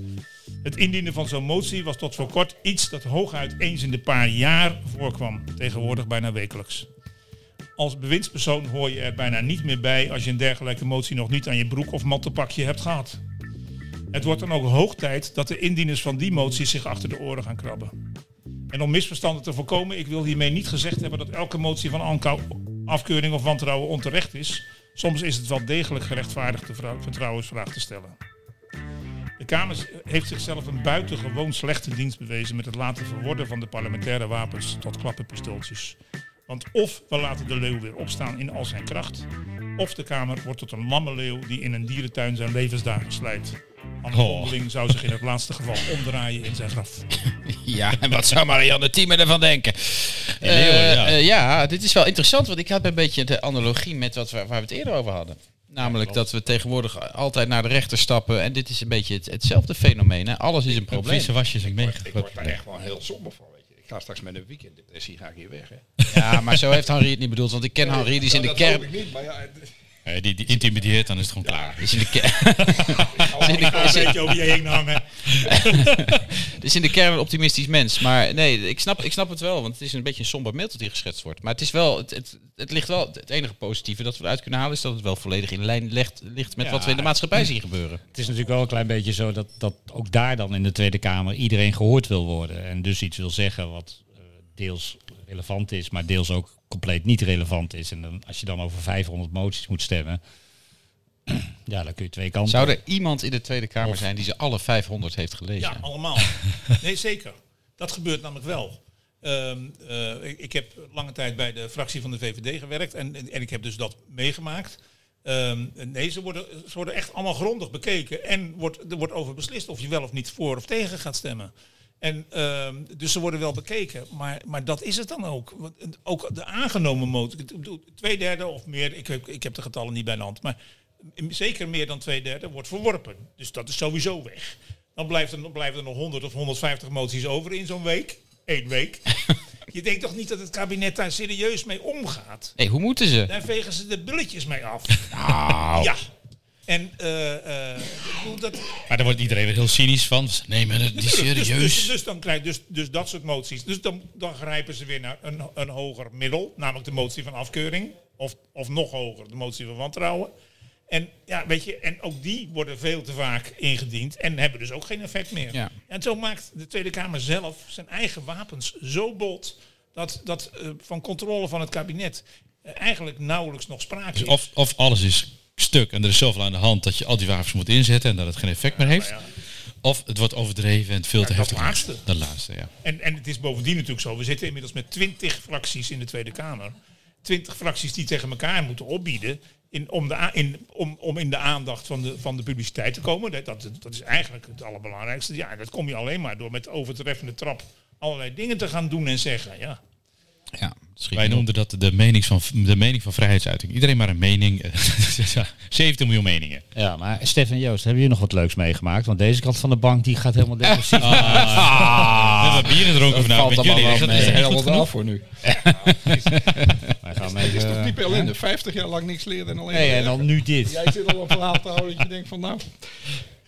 F: Het indienen van zo'n motie was tot voor kort iets dat hooguit eens in de paar jaar voorkwam. Tegenwoordig bijna wekelijks. Als bewindspersoon hoor je er bijna niet meer bij als je een dergelijke motie nog niet aan je broek of mantelpakje hebt gehad. Het wordt dan ook hoog tijd dat de indieners van die motie zich achter de oren gaan krabben. En om misverstanden te voorkomen, ik wil hiermee niet gezegd hebben dat elke motie van aankou- afkeuring of wantrouwen onterecht is. Soms is het wel degelijk gerechtvaardigd de vrou- vertrouwensvraag te stellen. De Kamer heeft zichzelf een buitengewoon slechte dienst bewezen met het laten verworden van de parlementaire wapens tot klappenpistooltjes. Want of we laten de leeuw weer opstaan in al zijn kracht, of de Kamer wordt tot een lamme leeuw die in een dierentuin zijn levensdagen slijt. Anne Vondeling zou zich in het laatste geval omdraaien in zijn graf.
C: Ja, en wat zou Marianne Thieme ervan denken? Eh,
D: ja.
C: eh, ja, dit is wel interessant, want ik had een beetje de analogie met wat we, waar we het eerder over hadden. Namelijk dat we tegenwoordig altijd naar de rechter stappen en dit is een beetje het, hetzelfde fenomeen. Hè? Alles is een
D: Op
C: probleem.
D: vieze wasjes en
E: Maar Ik word daar
D: meegegooid.
E: echt wel heel somber van. Weet je. Ik ga straks met een weekenddepressie ga ik hier weg. Hè. Nou,
C: Ja, maar zo heeft Henri het niet bedoeld, want ik ken Henri, die is in de
E: dat
C: kerk.
E: hoop ik niet, maar ja, het-
D: Eh, Die die intimideert, dan is het gewoon klaar.
C: Is in de kerk. is in de-
F: Oh, Ik ga een beetje over je heen hangen.
C: Dus in de kern een optimistisch mens. Maar nee, ik snap, ik snap het wel. Want het is een beetje een somber beeld dat hier geschetst wordt. Maar het is wel, het, het, het ligt wel. Het enige positieve dat we eruit kunnen halen is dat het wel volledig in lijn legt, ligt met wat we in de maatschappij zien gebeuren.
B: Het is natuurlijk wel een klein beetje zo dat, dat ook daar dan in de Tweede Kamer iedereen gehoord wil worden. En dus iets wil zeggen wat eh, deels relevant is, maar deels ook compleet niet relevant is. En dan, als je dan over 500 moties moet stemmen, ja, dan kun je twee kanten.
C: Zou er iemand in de Tweede Kamer zijn die ze alle 500 heeft gelezen?
F: Ja, allemaal. Nee, zeker. Dat gebeurt namelijk wel. Ehm, eh, ik, ik heb lange tijd bij de fractie van de VVD gewerkt en, en, en ik heb dus dat meegemaakt. Ehm, nee, ze worden, ze worden echt allemaal grondig bekeken en wordt, er wordt over beslist of je wel of niet voor of tegen gaat stemmen. En, ehm, dus ze worden wel bekeken, maar, maar dat is het dan ook. Want, eh, Ook de aangenomen motie, ik bedoel, twee derde of meer, ik, heb- ik heb de getallen niet bij de hand, maar zeker meer dan twee derde wordt verworpen. Dus dat is sowieso weg. Dan blijft er, blijven er nog 100 of 150 moties over in zo'n week. Eén week. Je denkt toch niet dat het kabinet daar serieus mee omgaat?
C: hey, hoe moeten ze?
F: Daar vegen ze de bulletjes mee af.
C: Nou,
F: Ja. En eh, eh, ik bedoel dat.
D: Maar daar wordt iedereen weer heel cynisch van. Nee, maar dat- die
F: Dus- dus- Dus,
D: serieus.
F: dus dan krijg dus, dus dat soort moties. Dus dan, dan grijpen ze weer naar een, een hoger middel, namelijk de motie van afkeuring. Of, of nog hoger, de motie van wantrouwen. En ja, weet je, en ook die worden veel te vaak ingediend en hebben dus ook geen effect meer.
C: Ja.
F: En zo maakt de Tweede Kamer zelf zijn eigen wapens zo bot dat, dat eh, van controle van het kabinet eh, eigenlijk nauwelijks nog sprake is.
D: Of, of alles is stuk en er is zoveel aan de hand dat je al die wapens moet inzetten en dat het geen effect meer heeft. Of het wordt overdreven en veel te
F: dat
D: heftig.
F: laatste.
D: Dat laatste, ja.
F: En, en het is bovendien natuurlijk zo, we zitten inmiddels met twintig fracties in de Tweede Kamer. Twintig fracties die tegen elkaar moeten opbieden in, om, de, a- in, om, om in de aandacht van de, van de publiciteit te komen. Dat, dat, dat is eigenlijk het allerbelangrijkste. Ja, dat kom je alleen maar door met overtreffende trap allerlei dingen te gaan doen en zeggen. Ja.
C: ja, schiet
D: Wij
C: niet op.
D: noemden dat de, menings van, de mening van vrijheidsuiting. Iedereen maar een mening. 17 miljoen meningen.
B: Ja, maar Stef en Joost, hebben jullie nog wat leuks meegemaakt? Want deze kant van de bank die gaat helemaal depressief.
D: We hebben bier gedronken nou
C: Ah, valt
D: met jullie?
C: allemaal
D: Is
C: wel mee.
D: dat is dat niet
E: helemaal
D: goed genoeg?
E: eraf voor nu.
B: Wij gaan
E: Nou, Het is
B: even-
E: toch niet ellende? 50 jaar lang niks leren en alleen.
B: Nee,
E: maar
B: en dan
E: werken.
B: nu dit.
E: Jij zit al een verhaal te houden dat je denkt van nou,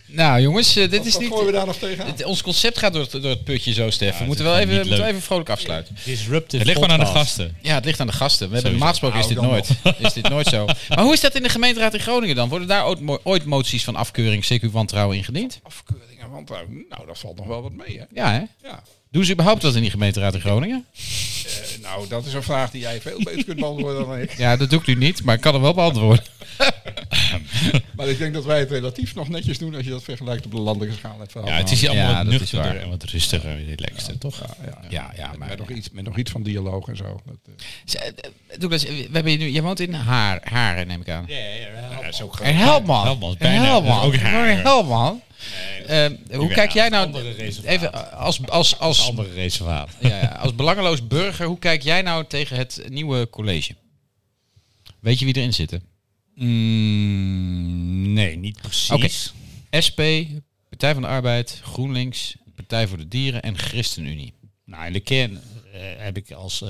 C: Nou jongens, eh, dit
E: wat
C: is niet...
E: gooien we daar nog tegenaan?
C: Het- ons concept gaat door het, door het putje zo, Stef. we
D: het
C: moeten
D: is
C: wel even,
D: gewoon niet
C: moeten we
D: leuk.
C: even vrolijk afsluiten.
B: Disruptive
D: Het ligt gewoon aan de
B: podcast.
D: gasten.
C: Ja, het ligt aan de gasten. We hebben
D: Sowieso.
C: normaal gesproken is dit
B: Hou
C: nooit. Is dit nooit zo. Eh, Maar hoe is dat in de gemeenteraad in Groningen dan? Worden daar ooit, mo- ooit moties van afkeuring, CQ wantrouwen ingediend?
E: Afkeuring en wantrouwen. Nou, dat valt nog wel wat mee, hè?
C: Ja, hè?
E: Ja.
C: Doen ze überhaupt wat in die gemeenteraad in Groningen?
E: Eh, nou, dat is een vraag die jij veel beter kunt beantwoorden dan ik.
C: Ja, dat doe ik nu niet, maar ik kan hem wel beantwoorden.
E: Maar ik denk dat wij het relatief nog netjes doen als je dat vergelijkt op de landelijke schaal. Het verhaal
D: Ja, het is hier
C: Ja,
D: allemaal wat
C: dat is
D: nuchterder
C: waar.
D: en wat rustiger en relaxter, toch?
C: Ja, ja,
E: Met-
C: maar...
E: met, nog iets, met nog iets van dialoog en zo. Dat, eh,
C: Z- eh, Douglas, eh, we hebben je nu... Jij woont in Haar, Haren, neem ik aan.
D: Ja, is ook
C: En Helman.
D: Helmond is
C: En
D: bijna,
C: Helmond.
D: dat is ook Haren.
C: En Helmond. Eh, hoe
D: Ja,
C: kijk jij nou...
B: andere reservaat.
C: Even eh, als, als, als,
B: Andere reservaat.
C: ja, ja. als belangeloos burger, hoe kijk jij nou tegen het nieuwe college? Weet je wie erin zitten?
B: Mm, nee, niet precies.
C: SP, Partij van de Arbeid, GroenLinks, Partij voor de Dieren en ChristenUnie.
B: Nou, in de kern eh, heb ik als eh,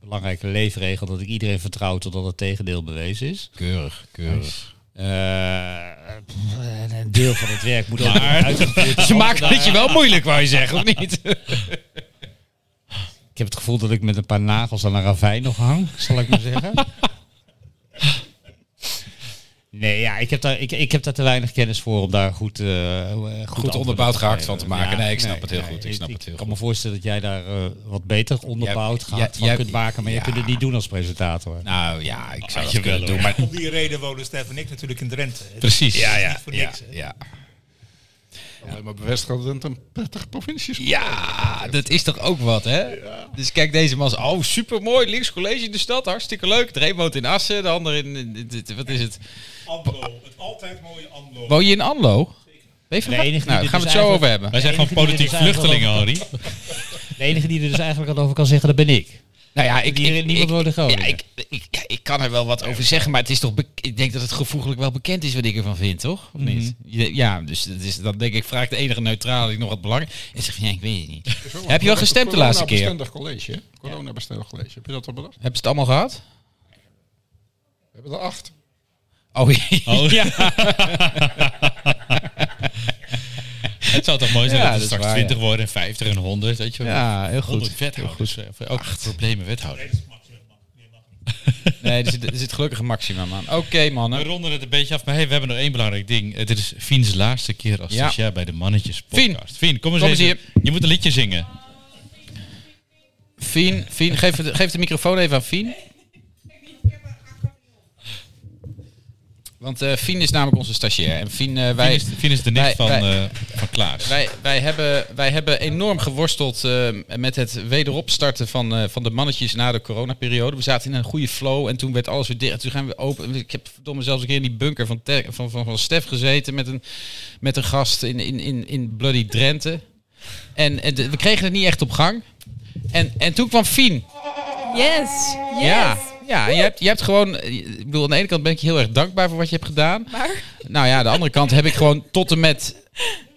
B: belangrijke leefregel dat ik iedereen vertrouw totdat het tegendeel bewezen is.
C: Keurig, keurig.
B: Eh, pff, en een deel van het werk moet ook uitgevoerd worden.
C: Ze maken het je wel moeilijk, wou je zeggen, of niet?
B: Ik heb het gevoel dat ik met een paar nagels aan een ravijn nog hang, zal ik maar zeggen. Nee, ja, ik heb, daar, ik, ik heb daar te weinig kennis voor om daar goed, eh, hoe- eh, goed, antwoord
C: onderbouwd
B: op te
C: gehakt
B: geven.
C: van te maken. Nee, ik snap het heel goed, ik snap het heel
B: kan me voorstellen dat jij daar eh, wat beter onderbouwd
C: Jij-
B: gaat
C: jij-
B: van
C: jij-
B: kunt maken, maar
C: ja.
B: je kunt het niet doen als presentator.
C: Nou ja, ik zou
D: Ah,
C: dat
D: je
C: kunnen
D: wel,
C: doen,
D: hoor.
C: maar...
F: Om die reden wonen Stef en ik natuurlijk in Drenthe. Het
D: Precies.
F: is niet voor
C: Ja,
F: niks, hè.
C: ja.
E: Alleen maar bevestigd dat het een prettig provincie is.
C: Ja, dat is toch ook wat, hè? Dus kijk, deze man is, oh, supermooi, linkscollege in de stad, hartstikke leuk. De een woont in Assen, de ander in, in- in- in- wat is het?
F: Anlo, het altijd mooie Anlo.
C: Woon je in Anlo? Ben je van-
B: De enige die
C: nou, daar
B: dit
C: gaan we
B: dus
C: het zo
B: eigenlijk-
C: over hebben.
D: Wij zijn gewoon
B: enige die
D: politiek
B: dit dus eigenlijk
D: vluchtelingen, Harry.
B: De enige die er dus eigenlijk wat over kan zeggen, dat ben ik.
C: Nou ja, ik,
B: Die
C: ik,
B: niemand
C: ik-
B: woont in Groningen.
C: Oh, Ja, ik, ik, ja, ik kan er wel wat over zeggen, maar het is toch bek- ik denk dat het gevoeglijk wel bekend is wat ik ervan vind, toch? Of niet? Je- Ja, dus dat is, dan denk ik, vraag de enige neutrale die nog wat belangrijk is. Ja, ik weet het niet. Heb je wel gestemd de laatste keer?
E: Coronabestendig college, hè? Coronabestendig college. Heb je dat al bedacht?
C: Hebben ze het allemaal gehad?
E: We hebben er acht.
C: Oh,
D: Oh. het zou toch mooi zijn
C: Ja,
D: dat
C: dat
D: het
C: is
D: straks
C: waar,
D: 20 worden en 50 en 100, weet je wel.
C: ja, heel
D: 100
C: goed.
D: wethouders. eh, voor Ook problemen wethouders.
C: Nee, er zit, er zit gelukkig een maximum aan. Oké,
D: We
C: mannen.
D: ronden het een beetje af, maar hey, we hebben nog één belangrijk ding. Eh, Dit is Fien's laatste keer als
C: Ja.
D: stagiair bij de Mannetjes podcast. Fien, kom eens
C: Kom eens
D: even. Je moet een liedje zingen.
C: Fien, Fien geef, de, geef de microfoon even aan Fien. Want eh Fien is namelijk onze stagiair. En Fien, eh,
D: Fien
C: wij,
D: is, Fien is de nicht
C: wij-
D: van,
C: wij-
D: eh, van Klaas.
C: Wij, wij, hebben, wij hebben enorm geworsteld eh, met het wederop starten van, eh, van de mannetjes na de coronaperiode. We zaten in een goede flow en toen werd alles weer dicht. En Toen gaan we open. Ik heb verdomme zelfs een keer in die bunker van, Ter- van, van, van Stef gezeten met een, met een gast in, in, in, in Bloody Drenthe. En, en de- we kregen het niet echt op gang. En, en toen kwam Fien.
J: Yes, yes.
C: Ja, ja en je, hebt, je hebt gewoon... eh, Ik bedoel, aan de ene kant ben ik je heel erg dankbaar voor wat je hebt gedaan.
J: Maar
C: Nou ja, de andere kant heb ik gewoon tot en met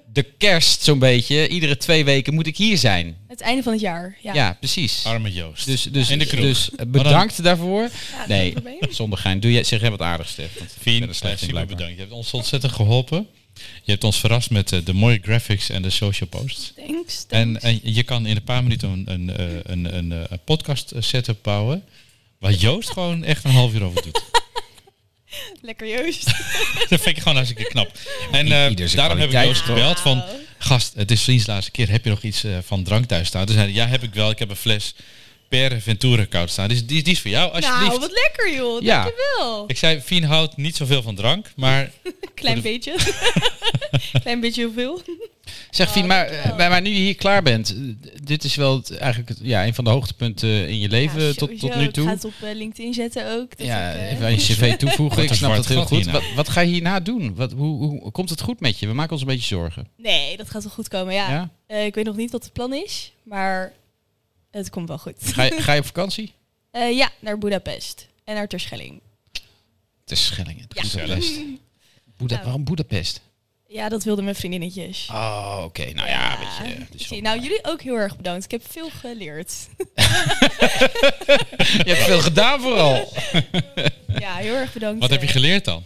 C: de kerst zo'n beetje. Iedere twee weken moet ik hier zijn.
J: het einde van het jaar. Ja.
C: Ja, precies.
D: Arme Joost.
C: Dus, dus,
D: Oh, In de kroeg.
C: dus bedankt daarvoor. nee,
J: geen probleem.
C: zonder gein. Doe jij, zeg jij wat aardigs, Stef. want ik ben
D: Fien,
C: er
D: eh,
C: slecht in,
D: super
C: blijkbaar.
D: bedankt. Je hebt ons ontzettend geholpen. Je hebt ons verrast met eh, de mooie graphics en de social posts.
J: Thanks.
D: En,
J: thanks.
D: en je kan in een paar minuten een, een, eh, een, een, eh, een podcast setup bouwen. Waar Joost gewoon echt een half uur over doet.
J: Lekker Joost.
D: Dat vind ik gewoon hartstikke knap. En eh,
C: Ieder zijn
D: daarom heb ik
C: kwaliteit, toch?
D: Joost gebeld van...
J: Wauw.
D: Gast, het is Vriends laatste keer. Heb je nog iets eh, van drank thuis staan? Toen zei hij, ja heb ik wel. Ik heb een fles per Ventura koud staan. Dus die, die is voor jou, alsjeblieft.
J: Nou, wat lekker joh.
C: Ja.
J: Dankjewel.
D: Ik zei, Fien houdt niet zoveel van drank. Maar
J: Klein beetje. Oh, Klein beetje heel veel.
C: Zeg Fien, maar, eh, maar, maar nu je hier klaar bent. eh, Dit is wel het- eigenlijk het- ja, een van de hoogtepunten eh, in je leven
J: Ja,
C: tot, tot
J: sowieso.
C: nu
J: Ik ga
C: toe.
J: het op eh, LinkedIn zetten ook. Dat
C: Ja,
J: ik, eh,
C: even aan je cv toevoegen. Ik
D: een
C: snap dat
D: zwart
C: heel
D: gat
C: goed.
D: hierna.
C: Wat, wat ga je hierna doen? Wat, hoe, hoe, komt het goed met je? We maken ons een beetje zorgen.
J: Nee, dat gaat wel goed komen. Ja.
C: Ja?
J: Eh, ik weet nog niet wat het plan is, maar het komt wel goed.
C: Ga je, ga je op vakantie?
J: Eh, ja, naar Budapest en naar Terschelling.
C: Te Schellingen.
J: Ja.
C: Boedapest. Boeda-
J: Nou.
C: Waarom Boedapest?
J: Ja, dat wilden mijn vriendinnetjes.
D: Ah,
C: Oh, oké. Nou ja, weet je. eh, dus
J: Zie je, nou, jullie ook heel erg bedankt. Ik heb veel geleerd.
C: je hebt veel gedaan vooral.
J: ja, heel erg bedankt.
D: Wat heb je
J: eh.
D: geleerd dan?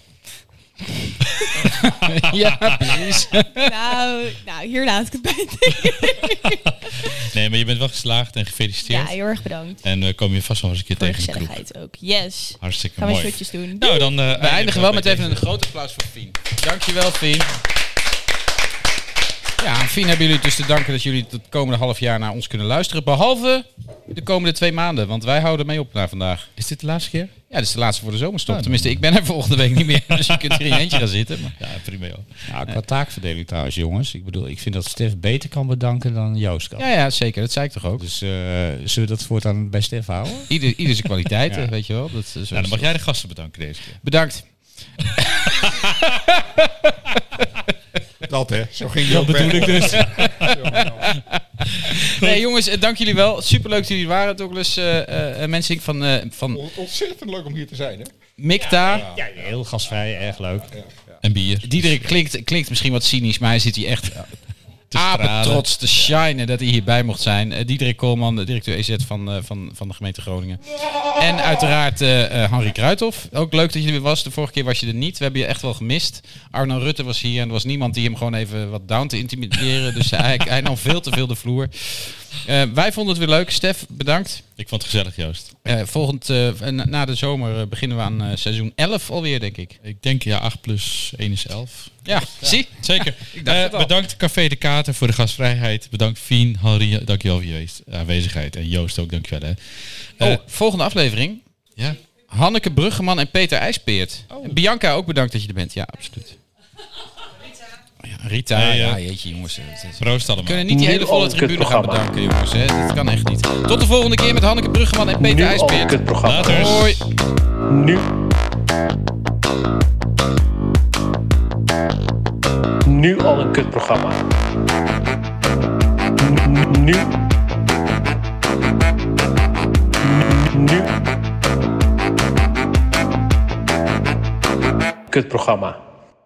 C: ja, precies.
J: Nou, nou, hier laat ik het bij. denk ik.
D: Nee, maar je bent wel geslaagd en gefeliciteerd.
J: Ja, heel erg bedankt.
D: En we komen je vast wel eens een keer
J: Voor de
D: tegen in de kroeg.
J: gezelligheid ook. Yes.
D: Hartstikke
J: Gaan we
D: mooi.
J: shotjes doen.
D: Nou, dan eh,
C: We eindigen wel
D: bij
C: met even
D: deze.
C: een groot applaus voor Fien. Dankjewel, Fien. Ja, aan Fien hebben jullie dus te danken dat jullie het komende half jaar naar ons kunnen luisteren. Behalve de komende twee maanden, want wij houden mee op naar vandaag.
D: Is dit de laatste keer?
C: Ja, dit is de laatste voor de zomerstop. Tenminste, ik ben er volgende week niet meer, dus je kunt er in je eentje gaan zitten. Maar...
D: Ja, prima joh.
B: Ja, qua taakverdeling trouwens, jongens. Ik bedoel, ik vind dat Stef beter kan bedanken dan Joost kan.
C: Ja, ja, zeker. Dat zei ik toch ook.
B: Dus eh, zullen we dat voortaan bij Stef houden?
C: Ieder, ieder zijn kwaliteit, eh, weet je wel. Dat, is- zo is
D: Nou, dan
C: het.
D: mag jij de gasten bedanken deze keer.
C: Bedankt.
E: Dat hè. Zo ging je ook weg.
D: ik dus.
C: Nee, jongens, eh, dank jullie wel. Superleuk dat jullie er waren, Douglas. eh eh mensen van, eh van
E: Ont- Ontzettend leuk om hier te zijn hè.
C: Mikta.
B: Ja, heel gastvrij, erg leuk.
D: En bier.
C: Diederik klinkt, klinkt misschien wat cynisch, maar hij zit hier echt apetrots te shinen dat hij hierbij mocht zijn. Eh, Diederik Koolman, de directeur EZ van, eh, van, van de gemeente Groningen. En uiteraard eh eh Henri Kruithof. Ook leuk dat je er weer was. De vorige keer was je er niet. We hebben je echt wel gemist. Arno Rutte was hier en er was niemand die hem gewoon even wat down te intimideren. dus hij, hij nam veel te veel de vloer. Eh, wij vonden het weer leuk. Stef, bedankt.
D: Ik vond het gezellig, Joost.
C: Eh, volgend, eh, na- na de zomer eh, beginnen we aan eh, seizoen 11 alweer, denk ik.
D: Ik denk ja, 8 plus 1 is 11.
C: Ja, zie.
D: Zeker.
C: dacht
D: Eh,
C: het al.
D: bedankt Café de Kater voor de gastvrijheid. Bedankt Fien, Henri, dankjewel voor je wees- aanwezigheid. En Joost ook, dankjewel. Hè.
C: Oh,
D: Eh,
C: volgende aflevering.
D: ja.
C: Hanneke Bruggeman en Peter IJspeert. En Bianca, ook bedankt dat je er bent. Ja, absoluut. Rita. Rita,
D: Hey,
C: ja,
D: eh,
C: jeetje jongens. eh, het is-
D: Proost
C: We
D: allemaal.
C: kunnen niet die hele volle tribune gaan bedanken, jongens. Hè. Dat kan echt niet. Tot de volgende keer met Hanneke Bruggeman en Peter IJspeert.
D: Later.
C: Hoi.
K: Nu al een kutprogramma. Nu. Nu. Kutprogramma.